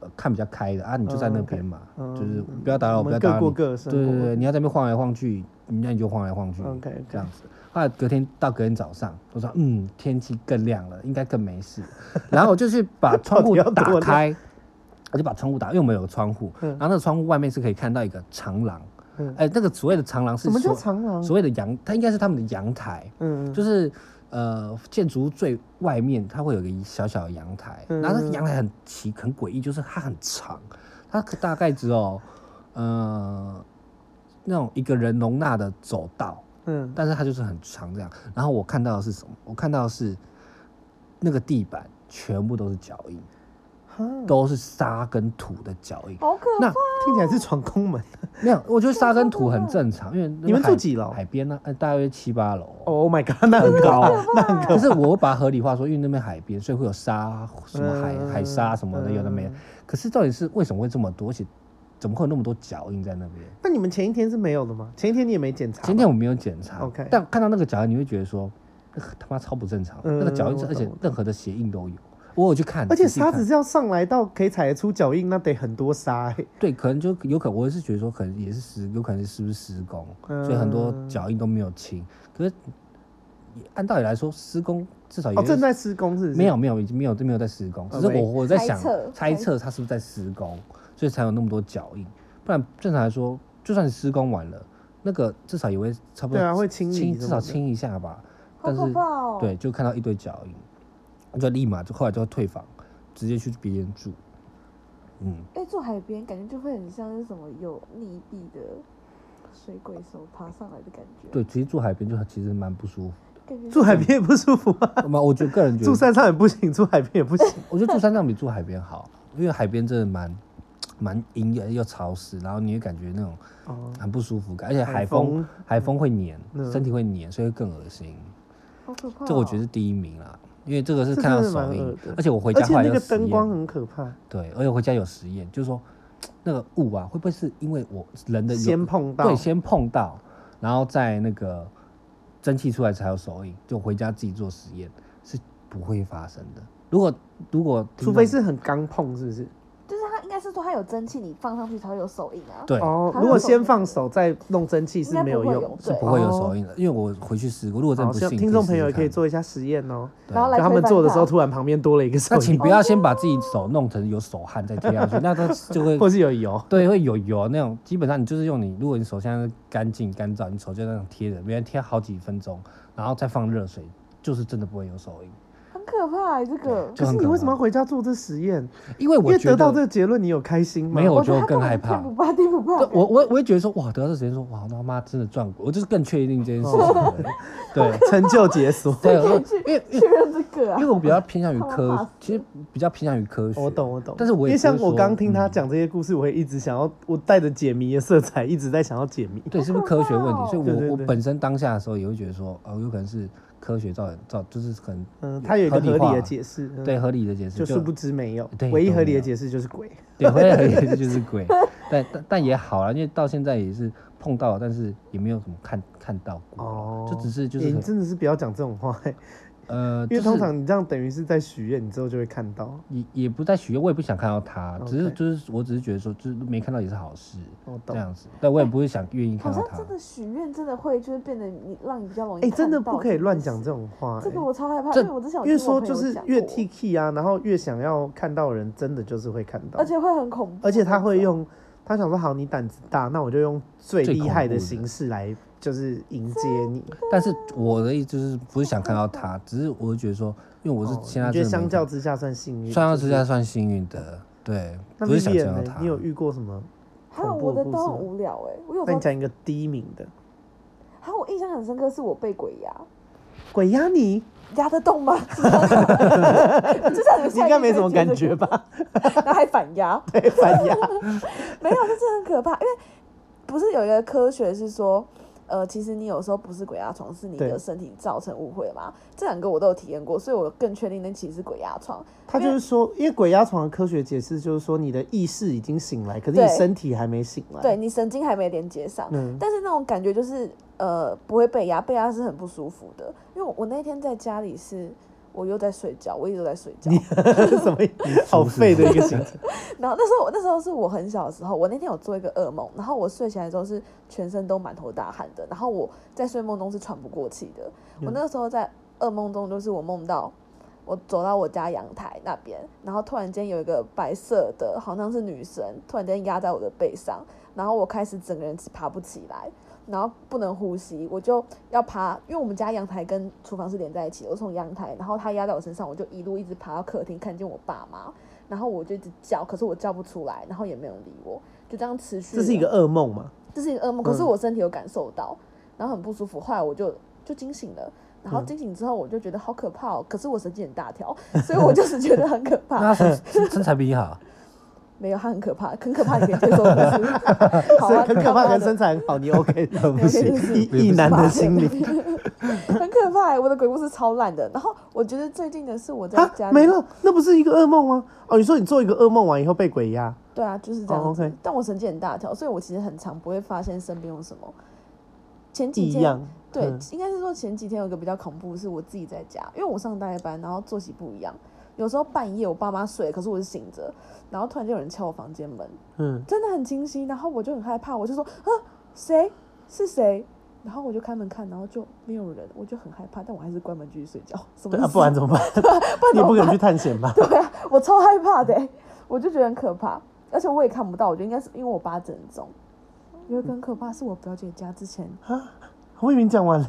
呃看比较开的啊，你就在那边嘛，
嗯
就是不要打扰
我
不要
们
打
各
扰
过
你，
各的生活。
对对对，你要在那边晃来晃去，那你就晃来晃去
OK，OK
这样子。后来隔天到隔天早上，我说嗯，天气更亮了，应该更没事。 然后我就去把窗户
到底要多
打
亮
开，我就把窗户打，因为我们有个窗户，
嗯
然后那个窗户外面是可以看到一个长廊，哎、
嗯
那个所谓的长廊是
什么叫
所
长廊？
所谓的阳，它应该是他们的阳台，
嗯，
就是呃建筑物最外面它会有一个小小的阳台，
嗯
然后那个阳台很奇很诡异，就是它很长，它可大概只有呃那种一个人容纳的走道，
嗯
但是它就是很长这样。然后我看到的是什么？我看到的是那个地板全部都是脚印，
哈，
都是沙跟土的脚印。
好可
那
怕！
听起来是闯空门。
没有，我觉得沙跟土很正常，因为那
你们
海
住几楼
海边呢、呃大约七八楼。
Oh my god，那很高，那很
可是我把它合理化说，因为那边海边，所以会有沙，什么海、
嗯
海沙什么的，有的没的
嗯。
可是到底是为什么会这么多？而且怎么会有那么多脚印在那边？
那你们前一天是没有的吗？前一天你也没检查吧？
今天我没有检查
OK
但看到那个脚印，你会觉得说，那个他妈超不正常，
嗯
那个脚印
我
是，
懂
而且
我懂
任何的鞋印都有。我有去看，
而且
仔细看
沙子是要上来到可以踩得出脚印，那得很多沙、欸。
对，可能就有可我是觉得说，可能也是施，有可能是不是施工，
嗯
所以很多脚印都没有清。可是也按道理来说，施工至少有
哦，正在施工是不是？
没有没有，已经没有没有在施工，只是
喂
我我在
猜
想
测猜
猜测他是不是在施工，所以才有那么多脚印。不然正常来说，就算施工完了，那个至少也会差不多
对啊会清理
清
什
至
么
少
的
清一下吧。
好
但是
可怕哦！
对，就看到一堆脚印，我就立马就后来就退房，直接去别人住。嗯，
因为住哎海边，感觉就会很像是什么有溺毙的水鬼手爬上来的感觉。，
对，其实住海边就其实蛮不舒服
感觉
住海边也不舒服啊，
的。嘛，我觉得个人 觉
住
得，
山上也不行，住海边也不行。
我觉得住山上比住海边好，因为海边真的蛮蛮阴的，又潮湿，然后你会感觉那种
哦，
很不舒服感，而且海
海
风
风
海风会黏，
嗯
身体会黏，所以会更恶心。
好可怕哦。
这我觉得是第一名啦，因为这个是
这
看到
真的蛮
手
恶
印
的，
而且我回
而
家
且
后来
那
有
个
实
灯光
验，
很可怕，
对，而且回家有实验，就是说那个雾啊，会不会是因为我人的有
先碰到
对，先碰到，然后再那个蒸汽出来才有手印，就回家自己做实验是不会发生的。如果如果
除
听众
非是很刚碰，是不是？
就是它应该是说它有蒸汽，你放上去才会有手印啊。
对
哦，
好
如果
像
先放手再弄蒸汽
应
是
该
没
不
有
会
用
有。
是
对
不会有
哦
手印的，因为我回去试过，如果真的
好，
不
像
信，
听众朋友也
试试
可以
看
做一下实验哦。
对
然后来
就他们
推翻
做的时候，
它
突然旁边多了一个手
那请
印，
不要先把自己手弄成有手汗再贴上 去，那它就 会
或是有油。
对会有油那种。基本上你就是用你，如果你手现在是干净干燥，你手就那样贴着，别人贴好几分钟，然后再放热水，就是真的不会有手印。
很可怕、欸，这个
就
可
很
是
可
你为什么
怕
要回家做这实验？
因为
因
我
为
觉
得到这个
得
结论，你有开心吗？
没有我就
觉得它
更
根本
害
就
怕
天不怕地不怕
对
的。
我我我也觉得说哇，得到这时间说哇，那他妈真的赚过，我就是更确定这件事情了。对
成就解 锁。
对，
可
我
以 去
因为因
确
为
认这个啊
因为。我比较偏向于
他们怕
科
死，
其实比较偏向于科学。
我懂，我懂。
但是我也
因为像
不是
我
说嗯
刚听他讲这些故事，我也一直想要，我带着解谜的色彩，一直在想要解谜。
对，
好
是不是
可
科学
怕
问题？
哦
所以我
对对
我
对
本身当下的时候也会觉得说，哦，有可能是科学造造，就是可能
嗯，他有一个合理
化
的解释，嗯
对，合理的解释，
就殊不知没有
对，
唯一
都
合理的
没有
解释就是鬼。
对，合理的解释就是 鬼，但但但也好了，因为到现在也是碰到了，但是也没有什么看看到过啦，
哦，
就只是就
欸
是
你
很
真的是不要讲这种话、欸，
呃，
因为
就是
通常你这样等于是在许愿，你之后就会看到。
也也不在许愿，我也不想看到他，只是
OK
就是我只是觉得说，就是没看到也是好事，
我
这
哦懂。
样子。但我也不会想愿意
好
看到
像
他
真。的许愿真的会就是变得你让你比较容易
哎、
看到。
真的不可以乱讲
这
这种话、
个。这个
哎
我超害怕，
这
因为我之前有
越
听
说
我朋
就
友
是
讲
越
过
T K 啊，然后越想要看到的人，真的就是会看到。
而且会很恐怖，
而且他会。用，他想说好，你胆子大，那我就用最
最
厉害的
恐怖的
形式来，就是迎接你。
但是我的意思就是不是想看到他，只是我就觉得说，因为我是
哦
现在
你觉得
真的没
相
看
较之下算幸运，
算到
就
之
是
下算幸运的，对，
那
不是想
Vivian
看到
呢
他。
你有遇过什么？
还有
恐怖
我的
故
都
事
很
吗
无聊哎、我有
那
时
你
候
讲一个低名的，
还有我印象很深刻是我被鬼压，
鬼压你，
压得 动吗？知道吗就像你们
你应该没什么感觉？吧？
然后还反压，
对， 反 压，
没有，这真的很可怕，因为不是有一个科学是说。呃，其实你有时候不是鬼压床，是你
对
的身体造成误会嘛？这两个我都有体验过，所以我更确定那其实是鬼压床。
他就是说，因为鬼压床的科学解释就是说，你的意识已经醒来，可是你
对
身体还没醒来。
对，你神经还没连接上，
嗯
但是那种感觉就是呃不会被压，被压是很不舒服的。因为我我那天在家里是，我又在睡觉，我一直都在睡觉。
什么意思？好废的一 个行程。
然后那时候我那时候是我很小的时候，我那天有做一个噩梦，然后我睡起来之后是全身都满头大汗的，然后我在睡梦中是喘不过气的。
嗯
我那个时候在噩梦中就是我梦到。我走到我家阳台那边，然后突然间有一个白色的，好像是女生，突然间压在我的背上，然后我开始整个人爬不起来，然后不能呼吸，我就要爬，因为我们家阳台跟厨房是连在一起的，我从阳台，然后她压在我身上，我就一路一直爬到客厅，看见我爸妈，然后我就一直叫，可是我叫不出来，然后也没有人理我，就这样持续。
这是一个，噩梦嘛？
这是一个
嗯
噩梦，可是我身体有感受到，然后很不舒服，后来我就就惊醒了。然后
嗯
惊醒之后，我就觉得好可怕哦。可是我神经很大条， 所以我就是觉得很可 怕。
那他身身材比你好，
没有，他很可怕，很可怕，你可以接受。是 不是好
所以
啊，
很可
糟
怕，
糕
跟
的
身材很好，你 OK 的
不行
异异男的心理
很可怕、欸，我的鬼故事超烂的。然后我觉得最近的是我在家
啊
里
没，了，那不是一个噩梦吗？哦，你说你做一个噩梦完以后被鬼压，
对啊，就是这
哦
样子。
，OK
但我神经很大条，所以我其实很常不会发现身边有什么。前几
异
天
样，
对，
嗯
应该是说前几天有一个比较恐怖，是我自己在家，因为我上大夜班，然后作息不一样，有时候半夜我爸妈睡，可是我是醒着，然后突然间有人敲我房间门，
嗯，
真的很清晰，然后我就很害怕，我就说啊，谁是谁？然后我就开门看，然后就没有人，我就很害怕，但我还是关门继续睡觉。什么
对
意
啊，
思
不然怎么办？你不可能去探险吧？
对啊，我超害怕的欸、我就觉得很可怕，而且我也看不到，我觉得应该是因为我爸正中。有一个很可怕，是我表姐家之前，
我以为你讲完了，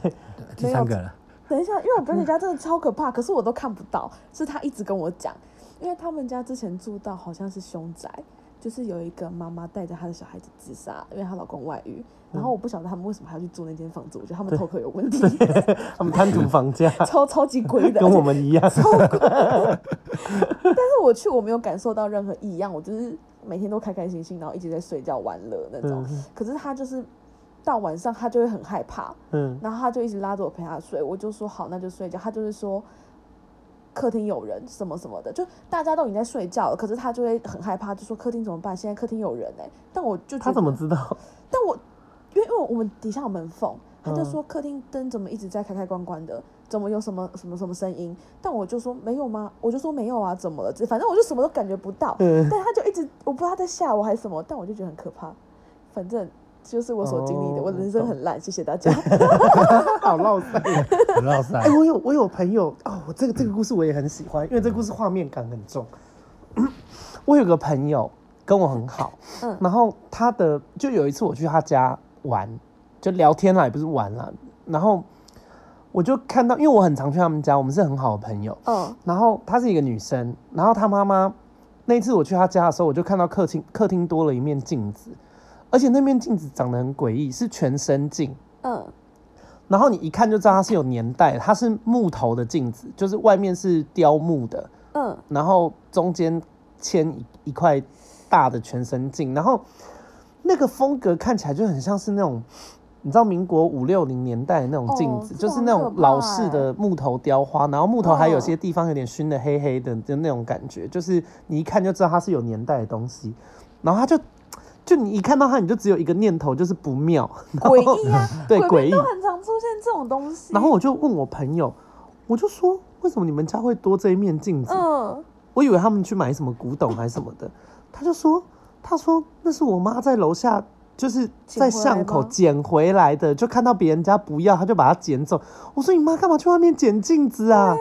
第三个了，
等一下，因为我表姐家真的超可怕，可是我都看不到，是她一直跟我讲，因为他们家之前住到好像是凶宅，就是有一个妈妈带着她的小孩子自杀，因为她老公外遇，然后我不晓得他们为什么还要去住那间房子，我觉得他们头壳有问题，
他们贪图房 价，
超超级 鬼的，
跟我们一样。
但是我去我没有感受到任何异样，我就是每天都开开心心，然后一直在睡觉玩乐那种。
嗯
可是他就是到晚上他就会很害怕，
嗯，
然后他就一直拉着我陪他睡，我就说好，那就睡觉。他就是说客厅有人什么什么的，就大家都已经在睡觉了，可是他就会很害怕，就说客厅怎么办？现在客厅有人哎、但我就觉
他
得
怎么知 道？
但我因为因为我们底下有门缝，他就
嗯
说客厅灯怎么一直在开开关关的，怎么有什么什么什么声音？但我就说没有吗？我就说没有啊，怎么了？反正我就什么都感觉不到。
嗯
但他就一直我不知道他在吓我还是什么，但我就觉得很可怕。反正就是我所经历的，
哦
我的人生
懂
很烂，谢谢 大家。
好绕塞。
很老实啊
哎，我有我有朋友哦，我这个这个故事我也很喜欢，因为这个故事画面感很重。 我有个朋友跟我很好，
嗯
然后他的就有一次我去他家玩，就聊天啦，也不是玩啦，然后我就看到，因为我很常去他们家，我们是很好的朋友。
嗯，
然后她是一个女生，然后她妈妈那一次我去她家的时候，我就看到客厅客厅多了一面镜子，而且那面镜子长得很诡异，是全身镜。
嗯
然后你一看就知道它是有年代的，它是木头的镜子，就是外面是雕木的，
嗯
然后中间嵌一一块大的全身镜，然后那个风格看起来就很像是那种，你知道民国五六零年代的那种镜子，
哦
就
这个
是那
很
种
可怕
老式的木头雕花，然后木头还有些地方有点熏的黑黑的，就那种感觉，就是你一看就知道它是有年代的东西，然后它就。就你一看到它，你就只有一个念头，就是不妙，然后
诡异啊
，对
鬼
诡
片
异
都很常出现这种东西。
然后我就问我朋友，我就说为什么你们家会多这一面镜子？
嗯，
我以为他们去买什么古董还是什么的，他就说，他说那是我妈在楼下，就是在巷口捡回来的，就看到别人家不要，他就把它捡走。我说你妈干嘛去外面捡镜子啊？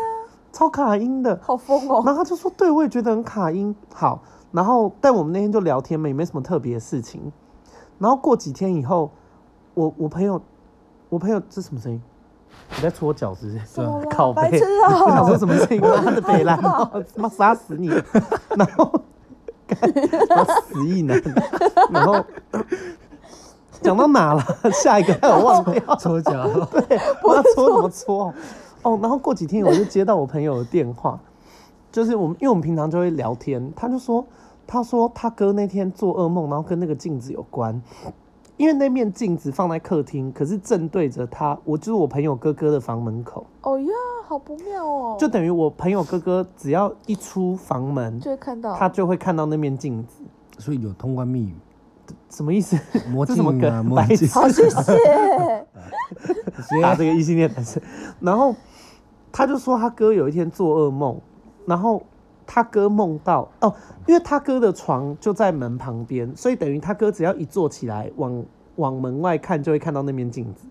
超卡音的。
好疯哦、
然后他就说，对我也觉得很卡音。好，然后但我们那天就聊天嘛，也没什么特别的事情。然后过几天以后，我我朋友，我朋友这什么声音？你在搓脚是不是？
怎么啦
靠
白
背
痴啊、
我想说什么事情？妈的，北兰
害怕，
妈杀死你！然后，干妈死意男，然后讲到哪了？ 下一个害我忘掉。
搓脚，
我要搓怎么搓？哦，然后过几天我就接到我朋友的电话，就是我们，因为我们平常就会聊天，他就说，他说他哥那天做噩梦，然后跟那个镜子有关，因为那面镜子放在客厅，可是正对着他，我就是我朋友哥哥的房门口，
哦呀，好不妙哦、
就等于我朋友哥哥只要一出房门，
就会看到
他就会看到那面镜子，
所以有通关密语，
什么意思？
魔
这什么
镜啊，
梗
魔
白
镜，
痴
好，谢 谢。
打这个异性恋男生。然后他就说他哥有一天做噩梦，然后他哥梦到哦，因为他哥的床就在门旁边，所以等于他哥只要一坐起来往往门外看，就会看到那面镜子。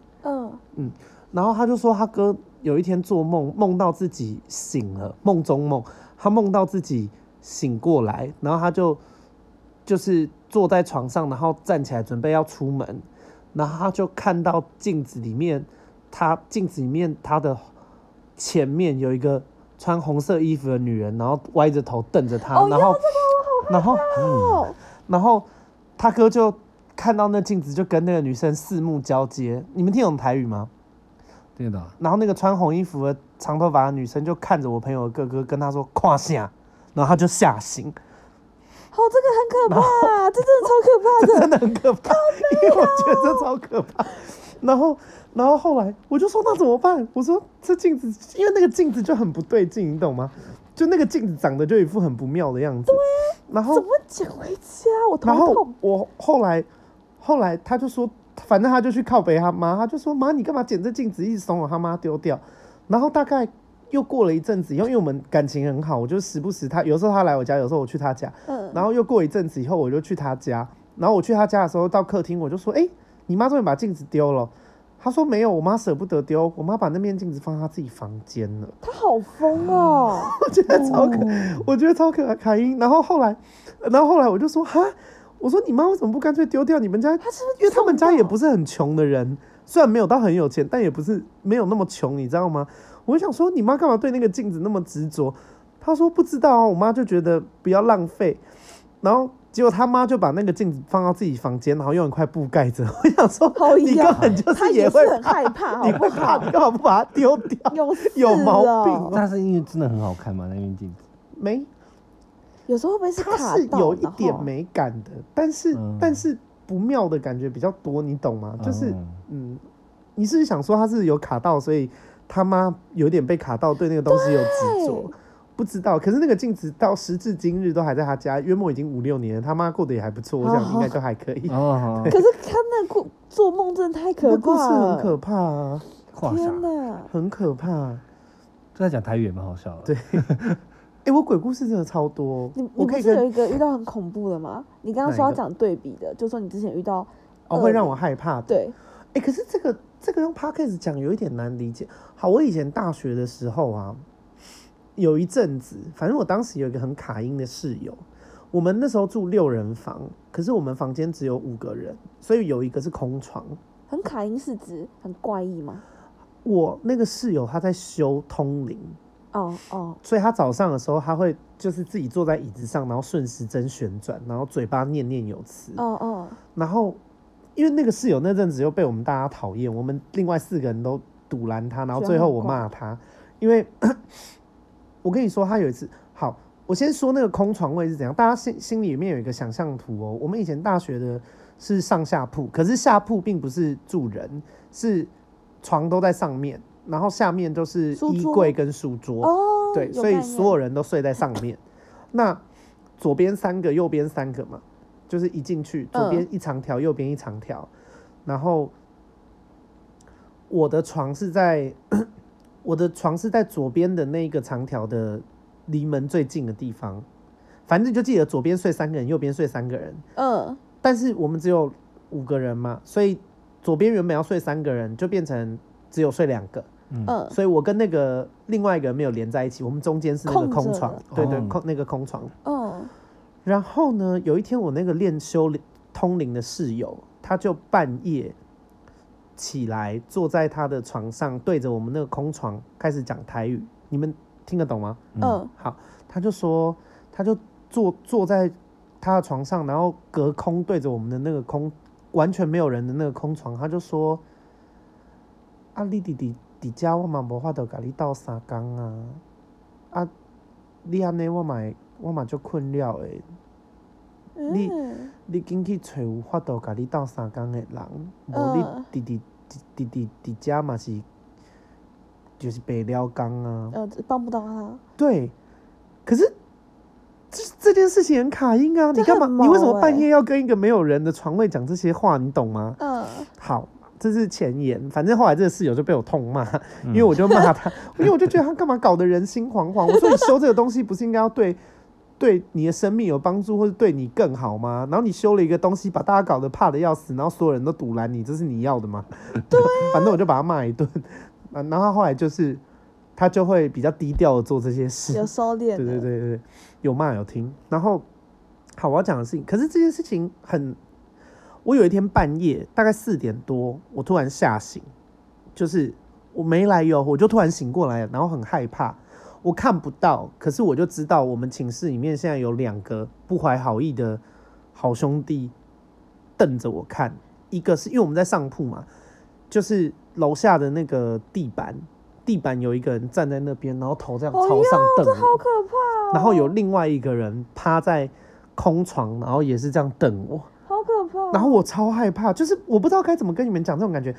嗯，
然后他就说他哥有一天做梦，梦到自己醒了，梦中梦，他梦到自己醒过来，然后他就就是坐在床上，然后站起来准备要出门，然后他就看到镜子里面，他镜子里面他的前面有一个穿红色衣服的女人，然后歪着头瞪着他，
哦
然
哟
后嗯然后
哦，
然后他哥就看到那镜子，就跟那个女生四目交接。你们听懂台语吗？
对的，
然后那个穿红衣服的长头发的女生就看着我朋友的哥哥，跟他说胯下，然后他就吓醒，
好，哦这个很可怕， 这真的超可怕 的。
真的很可怕，因为我觉得这超可怕。然后，然后后来我就说那怎么办？我说这镜子，因为那个镜子就很不对劲，你懂吗？就那个镜子长得就一副很不妙的样子。对。然后
怎么捡回家？我头
然后
痛。
我后来后来他就说，反正他就去靠北他妈，他就说妈，你干嘛捡这镜子？一直怂恿他妈丢掉。然后大概又过了一阵子以后，因为我们感情很好，我就时不时他有时候他来我家，有时候我去他家。
嗯，
然后又过一阵子以后，我就去他家。然后我去他家的时候，到客厅我就说：“哎、你妈终于把镜子丢了。”他说：“没有，我妈舍不得丢，我妈把那面镜子放在她自己房间了。”
他好疯哦、
我觉得超可，我觉得超可爱卡因。然后后来，然后后来我就说哈，我说你妈为什么不干脆丢掉？你们家，
他是不是
因为他们家也不
是
是很穷的人，虽然没有到很有钱，但也不是没有那么穷，你知道吗？我就想说你妈干嘛对那个镜子那么执着？她说不知道啊，我妈就觉得不要浪费。然后结果他妈就把那个镜子放到自己房间，然后用一块布盖着。我想说，
好
你
痒
根本就
他
也
也
会
是很害怕，
你
好
会
不
怕，
好
你？干嘛不把它丢掉？
有
有
事
毛
哦
病
但是因为真的很好看嘛，那面镜子，
没
有时候会不会是
它
卡
是
到
有一
然后
点美感的，但是、
嗯
但是不妙的感觉比较多，你懂吗？就是
嗯
嗯，你是不是想说他是有卡到，所以他妈有点被卡到，对那个东西有执着
对？
不知道，可是那个镜子到时至今日都还在他家，约莫已经五六年了，他妈过得也还不错，我想应该都还可以。
哦，好
可是他那故做梦真的太可
那故事
怕了，
很可怕啊，
跨啥？
天哪！
很可怕、啊。
就在讲台语也蛮好笑的。
对哎、我鬼故事真的超多
你，
我
你
可
不
以
是有
跟
一个遇到很恐怖的吗？你刚刚说
哪一
要
个
讲对比的，就说你之前遇到
哦会让我害怕的。
对，
哎、可是这个这个用 podcast 讲有一点难理解。好，我以前大学的时候啊，有一阵子，反正我当时有一个很卡音的室友，我们那时候住六人房，可是我们房间只有五个人，所以有一个是空床。
很卡因是指很怪异吗？
我那个室友他在修通灵，
哦哦，
所以他早上的时候他会就是自己坐在椅子上，然后顺时针旋转，然后嘴巴念念有词。
哦哦，
然后因为那个室友那阵子又被我们大家讨厌，我们另外四个人都堵拦他，然后最后我骂他，因为 我跟你说，他有一次，好，我先说那个空床位是怎样，大家心心里面有一个想象图哦。我们以前大学的是上下铺，可是下铺并不是住人，是床都在上面，然后下面就是
书
衣
桌
柜跟书桌。
哦，
对，
有
所以
概念
所有人都睡在上面。那左边三个，右边三个嘛，就是一进去，左
嗯
边一长条，右边一长条。然后我的床是在我的床是在左边的那个长条的离门最近的地方，反正你就记得左边睡三个人，右边睡三个人，
嗯，
但是我们只有五个人嘛，所以左边原本要睡三个人，就变成只有睡两个，
嗯，
所以我跟那个另外一个人没有连在一起，我们中间是那个
空
空
着
床
的，
对对
哦
空那个空床。
嗯，
然后呢，有一天我那个练修通灵的室友，他就半夜起来坐在他的床上，对着我们那个空床开始讲台语，你们听得懂吗？
嗯，
好，他就说，他就坐坐在他的床上，然后隔空对着我们的那个空完全没有人的那个空床，他就说：“啊，你弟弟弟家我嘛无法度甲你斗相共啊，啊，你安尼我嘛会我嘛就困了诶，你
嗯，
你紧去找有法度甲你斗相共诶人，无
嗯
你弟弟弟弟弟家嘛是就是白了工啊。
呃，帮不到他，
对，可是这这件事情很卡音啊！
这
你干嘛？
很毛
你为什么
欸
半夜要跟一个没有人的床位讲这些话？你懂吗？
嗯，
好，这是前言。反正后来这个室友就被我痛骂，因
嗯
为我就骂他，因为我就觉得他干嘛搞得人心惶惶。我说你修这个东西不是应该要对。对你的生命有帮助，或者对你更好吗？然后你修了一个东西，把大家搞得怕的要死，然后所有人都堵拦你，这是你要的吗？
啊
对、 反正我就把他骂一顿。啊然后他后来就是，他就会比较低调的做这些事。
有收
对
敛，
对，对对，有骂有听。然后，好，我要讲的事情，可是这件事情很，我有一天半夜大概四点多，我突然吓醒，就是我没来由，我就突然醒过来，然后很害怕。我看不到，可是我就知道我们寝室里面现在有两个不怀好意的好兄弟瞪着我看。一个是因为我们在上铺嘛，就是楼下的那个地板，地板有一个人站在那边，然后头这样
哦
朝上瞪我。
好可怕哦，
然后有另外一个人趴在空床，然后也是这样瞪我，
好可怕，哦
然后我超害怕，就是我不知道该怎么跟你们讲这种感觉。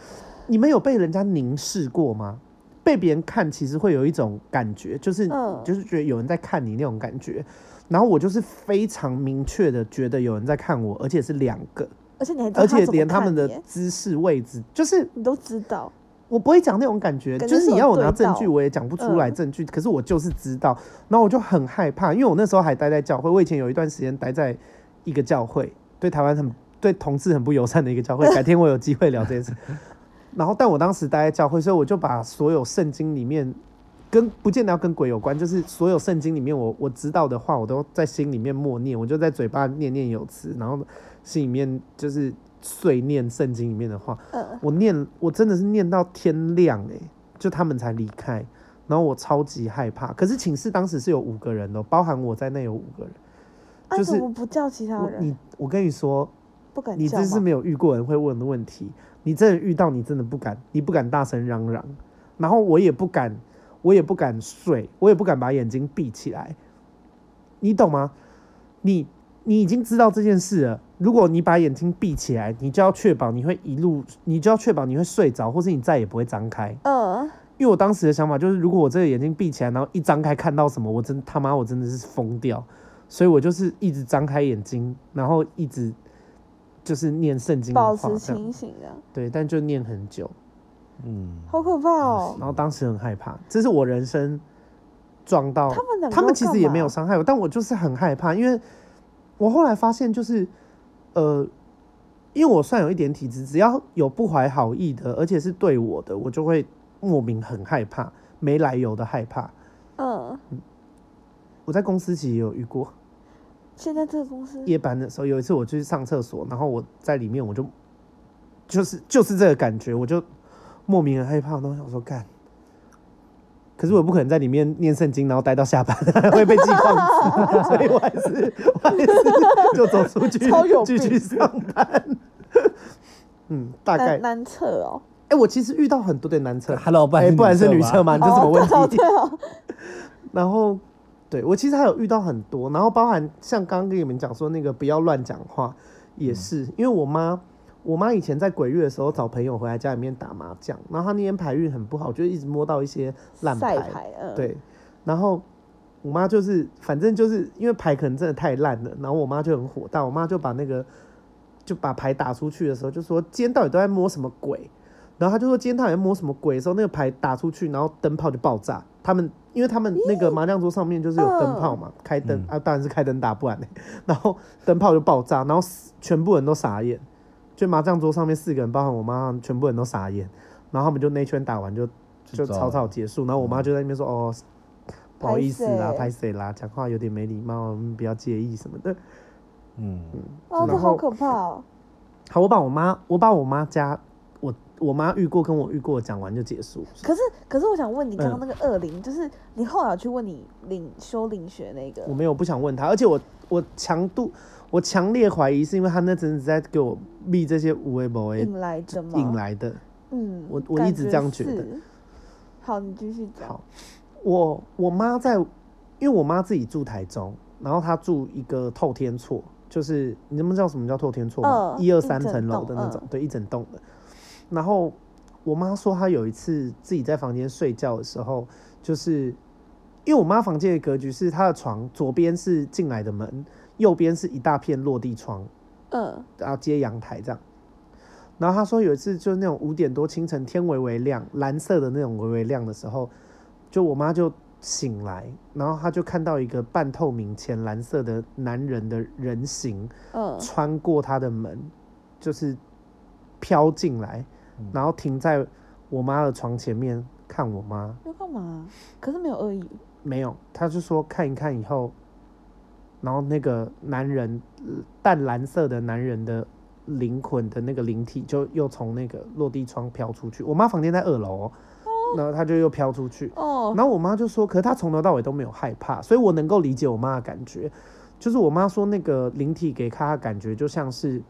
你们有被人家凝视过吗？被别人看，其实会有一种感觉，就是、
嗯
就是觉得有人在看你那种感觉。然后我就是非常明确的觉得有人在看我，而且是两个，
而且你还知道
而且
怎么
连他
看
们的
你耶
姿势位置，就是
你都知道，
我不会讲那种感觉，
感
就
觉
是
是
你
有
要我拿
对
证
到
据，我也讲不出来
嗯
证据。可是我就是知道，然后我就很害怕，因为我那时候还待在教会，我以前有一段时间待在一个教会，对台湾很对同志很不友善的一个教 会。改天我有机会聊这件事。然后，但我当时待在教会，所以我就把所有圣经里面跟不见得要跟鬼有关，就是所有圣经里面我我知道的话，我都在心里面默念，我就在嘴巴念念有词，然后心里面就是碎念圣经里面的话。
嗯，
我念，我真的是念到天亮哎、就他们才离开，然后我超级害怕。可是寝室当时是有五个人的哦，包含我在内有五个人。
啊
就
你
是
怎么不叫其他
我
人？
你，我跟你说，
不敢
你
叫
真是
吗？
没有遇过人会问的问题。你真的遇到，你真的不敢，你不敢大声嚷嚷，然后我也不敢，我也不敢睡，我也不敢把眼睛闭起来，你懂吗？你你已经知道这件事了。如果你把眼睛闭起来，你就要确保你会一路，你就要确保你会睡着，或是你再也不会张开。
嗯，
因为我当时的想法就是，如果我这个眼睛闭起来，然后一张开看到什么，我真他妈我真的是疯掉，所以我就是一直张开眼睛，然后一直就是念圣经
保
的话
持
这样，
清醒啊，
对，但就念很久，
嗯，
好可怕哦
然。后当时很害怕，这是我人生撞到
他们两
哦
个
他们
要
其实
干
也没有
嘛
伤害我，但我就是很害怕，因为我后来发现就是，呃，因为我算有一点体质，只要有不怀好意的，而且是对我的，我就会莫名很害怕，没来由的害怕。
嗯，
我在公司其实也有遇过，
现在这个公司
夜班的时候有一次我去上厕所，然后我在里面我就就是就是这个感觉，我就莫名很害怕，然后想说干。可是我不可能在里面念圣经，然后待到下班，会被记旷职，所以我还是我还是就走出去
超有，
继
病
续上班。嗯，大概
难
哎、
难测哦。
我其实遇到很多的男厕，
Hello，不
哎、
然
不然是女
厕
厕
吗？
吗？你这什么问题？
哦对哦，对哦
然后，对我其实还有遇到很多，然后包含像刚刚跟你们讲说那个不要乱讲话，也是、因为我妈，我妈以前在鬼月的时候找朋友回来家里面打麻将，然后她那天牌运很不好，就一直摸到一些 烂
赛
牌，
牌，嗯，，
对，然后我妈就是反正就是因为牌可能真的太烂了，然后我妈就很火大，我妈就把那个就把牌打出去的时候就说今天到底都在摸什么鬼，然后他就说今天他好像摸什么鬼的时候，那个牌打出去，然后灯泡就爆炸。他们因为他们那个麻将桌上面就是有灯泡嘛，开灯啊，当然是开灯打，不然呢、然后灯泡就爆炸，然后四全部人都傻眼，就麻将桌上面四个人，包含我妈，全部人都傻眼。然后他们就那一圈打完就就
就走了
草草结束，然后我妈就在那边说、哦。不好意思啦，
拍
拍谁啦，讲话有点没礼貌，嗯不要介意什么的。
嗯，
哦，这
然
好
后
可怕哦！
好，我把我妈，我把我妈家，我我妈遇过跟我遇过讲完就结束。
可是，可是我想问你，刚刚
嗯
那个二零，就是你后来有去问你领修领学那个
我，没有不想问她，而且我我强度，我强烈怀疑是因为她那阵子在给我密这些无为不为
引来嗯真吗？
引，来的。
嗯，
我我
感
一直这样觉得
是。好，你继续讲。
好我我妈在，因为我妈自己住台中，然后她住一个透天厝，就是你知不知道什么叫透天厝吗？
嗯
一二三
一整
层楼的那
栋嗯
种，对，一整栋的。然后我妈说，她有一次自己在房间睡觉的时候，就是因为我妈房间的格局是她的床左边是进来的门，右边是一大片落地窗，
嗯，
然后啊接阳台这样。然后他说有一次就是那种五点多清晨天微微亮，蓝色的那种微微亮的时候，就我妈就醒来，然后她就看到一个半透明浅蓝色的男人的人形
嗯，
穿过她的门，就是飘进来，然后停在我妈的床前面看我妈，
要干嘛？可是没有恶意，
没有，他就说看一看以后，然后那个男人呃淡蓝色的男人的灵魂的那个灵体就又从那个落地窗飘出去。我妈房间在二楼、哦，然后他就又飘出去。
哦，
然后我妈就说，可是她从头到尾都没有害怕，所以我能够理解我妈的感觉。就是我妈说，那个灵体给她的感觉就像是，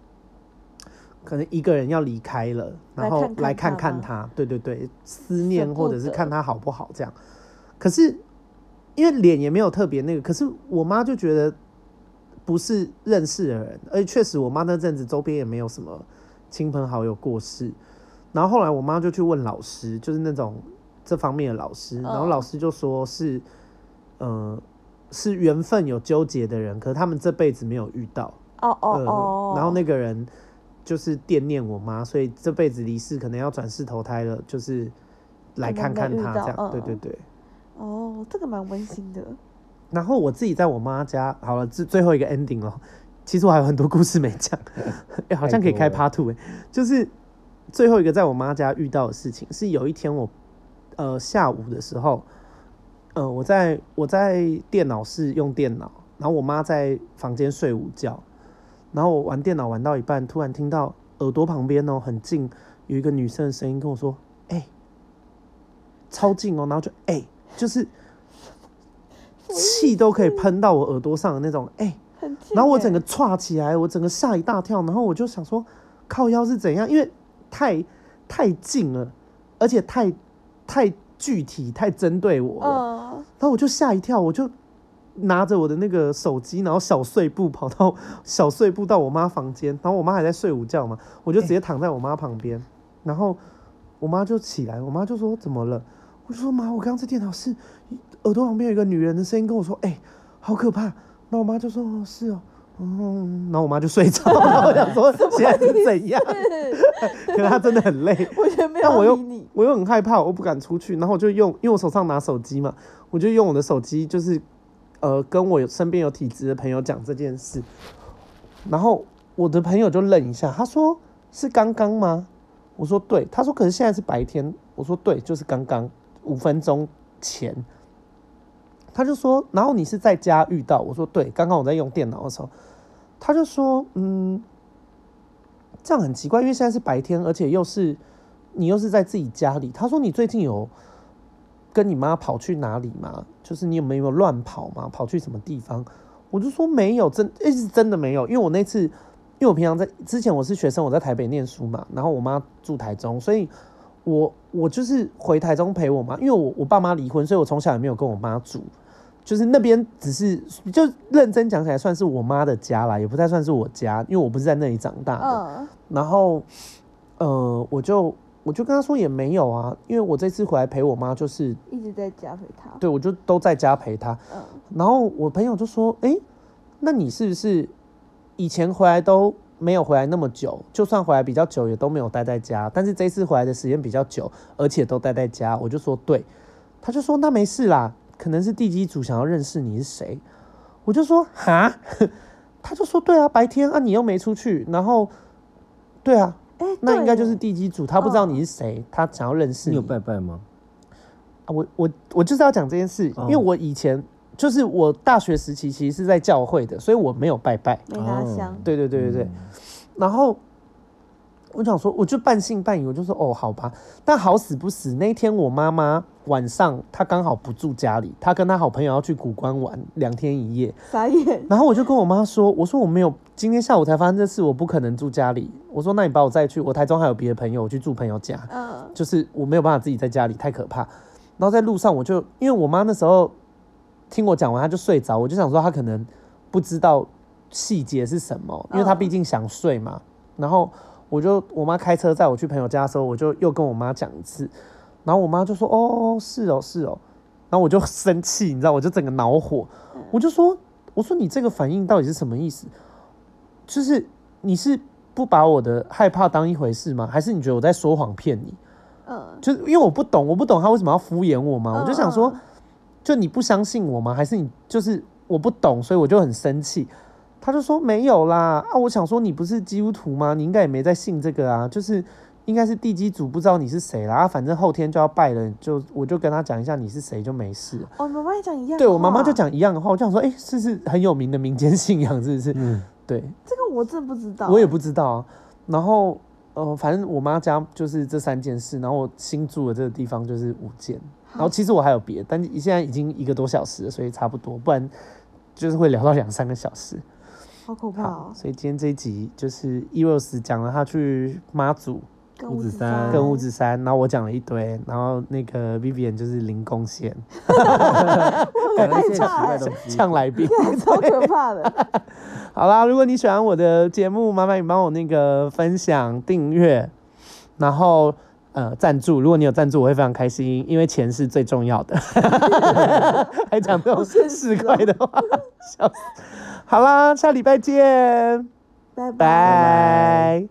可能一个人要离开了，然后
来
来
看看
看
她吗
看她，对对对，思
舍
念
不
或者是
得
看她好不好这样。可是因为脸也没有特别那个，可是我妈就觉得不是认识的人，而且确实我妈那阵子周边也没有什么亲朋好友过世。然后后来我妈就去问老师，就是那种这方面的老师，
嗯
然后老师就说是，呃，是缘分有纠结的人，可是他们这辈子没有遇到，
哦哦
呃
哦，
然后那个人就是惦念我妈，所以这辈子离世可能要转世投胎了，就是来
可
看
能
看
没遇
她
到
这样，
嗯
对对对。
哦，这个蛮温馨的。
然后我自己在我妈家，好了，最最后一个 ending 哦。其实我还有很多故事没讲，哎，好像可以开
太
part two 哎、就是最后一个在我妈家遇到的事情是有一天我呃下午的时候，呃我在我在电脑室用电脑，然后我妈在房间睡午觉，然后我玩电脑玩到一半，突然听到耳朵旁边哦很近有一个女生的声音跟我说：“哎、超近哦。”然后就哎、就是气都可以喷到我耳朵上的那种哎。
很近
然后我
欸
整个歘起来，我整个吓一大跳，然后我就想说，靠腰是怎样？因为太太近了，而且太太具体、太针对我了，
嗯，
然后我就吓一跳，我就拿着我的那个手机，然后小碎步跑到小碎步到我妈房间，然后我妈还在睡午觉嘛，我就直接躺在我妈旁边，然后我妈就起来，我妈就说怎么了？我就说妈，我刚刚在电脑室，耳朵旁边有一个女人的声音跟我说，哎、好可怕。那我妈就说哦是哦。嗯，然后我妈就睡着了。我想说现在是怎样？可是她真的很累，
嗯我觉得没
但我
有
又
理你。
我又很害怕，我又不敢出去，然后我就用，因为我手上拿手机嘛，我就用我的手机，就是呃，跟我有身边有体质的朋友讲这件事，然后我的朋友就愣一下，他说是刚刚吗？我说对，他说可是现在是白天，我说对，就是刚刚五分钟前，他就说，然后你是在家遇到，我说对，刚刚我在用电脑的时候，他就说嗯，这样很奇怪，因为现在是白天，而且又是。你又是在自己家里。他说你最近有跟你妈跑去哪里吗？就是你有没有乱跑吗？跑去什么地方？我就说没有，真诶是真的没有，因为我那次，因为我平常在之前我是学生，我在台北念书嘛，然后我妈住台中，所以我我就是回台中陪我妈，因为我我爸妈离婚，所以我从小也没有跟我妈住，就是那边只是就认真讲起来算是我妈的家啦，也不太算是我家，因为我不是在那里长大的，
嗯，
然后，呃，我就我就跟他说也没有啊，因为我这次回来陪我妈，就是
一直在加回他。
对我就都在家陪她。
嗯，
然后我朋友就说：“诶，那你是不是以前回来都没有回来那么久，就算回来比较久，也都没有待在家。但是这一次回来的时间比较久，而且都待在家，我就说对，他就说那没事啦，可能是地基组想要认识你是谁。我就说哈， 他就说对啊，白天啊你又没出去，然后对啊，
哎、
那应该
对
就是地基组，他不知道
嗯
你是谁，他想要认识
你
你。
有拜拜吗？
啊我我我就是要讲这件事，
哦
因为我以前就是我大学时期其实是在教会的，所以我没有拜拜。
没拿
哦
香，
对对对对对，
嗯
然后我想说，我就半信半疑，我就说哦，好吧。但好死不死，那一天我妈妈晚上她刚好不住家里，她跟她好朋友要去古关玩两天一夜。
傻眼，
然后我就跟我妈说，我说我没有，今天下午才发生这事，我不可能住家里。我说那你把我载去，我台中还有别的朋友，我去住朋友家。
嗯，
就是我没有办法自己在家里，太可怕。然后在路上，我就因为我妈那时候听我讲完，她就睡着，我就想说她可能不知道细节是什么，因为她
嗯
毕竟想睡嘛。然后我就我妈开车载我去朋友家的时候，我就又跟我妈讲一次，然后我妈就说：“哦，是哦，是哦。”然后我就生气，你知道，我就整个恼火，我就说：“我说你这个反应到底是什么意思？就是你是不把我的害怕当一回事吗？还是你觉得我在说谎骗你？”
嗯，
就是因为我不懂，我不懂他为什么要敷衍我嘛，
嗯
啊我就想说
嗯，
就你不相信我吗？还是你就是我不懂，所以我就很生气。他就说没有啦，啊，我想说你不是基督徒吗？你应该也没在信这个啊，就是应该是地基主不知道你是谁啦，啊，反正后天就要拜了，就我就跟他讲一下你是谁就没事了。
哦，妈妈也讲一样，
对我妈妈就，讲一样的话，我就想说，哎、这是很有名的民间信仰，是不是？
嗯，
对，
这个我真的不知道，
我也不知道、啊。然后呃，反正我妈家就是这三件事，然后我新住的这个地方就是五件，然后其实我还有别的，但是现在已经一个多小时了，所以差不多，不然就是会聊到两三个小时。
好可怕
好
哦，，
所以今天这一集就是伊若斯讲了他去妈祖
跟
五
五
指
指
山
山，
跟五指山，然后我讲了一堆，然后那个 Vivian 就是零贡献
感觉现在
怕
奇怪
了
的东西。
呛来宾。
超可怕的，
好啦，如果你喜欢我的节目，麻烦你帮我那个分享、订阅，然后呃赞助。如果你有赞助，我会非常开心，因为钱是最重要的。 还讲这种市侩的话，笑死！好啦，下礼拜见，
拜拜
拜。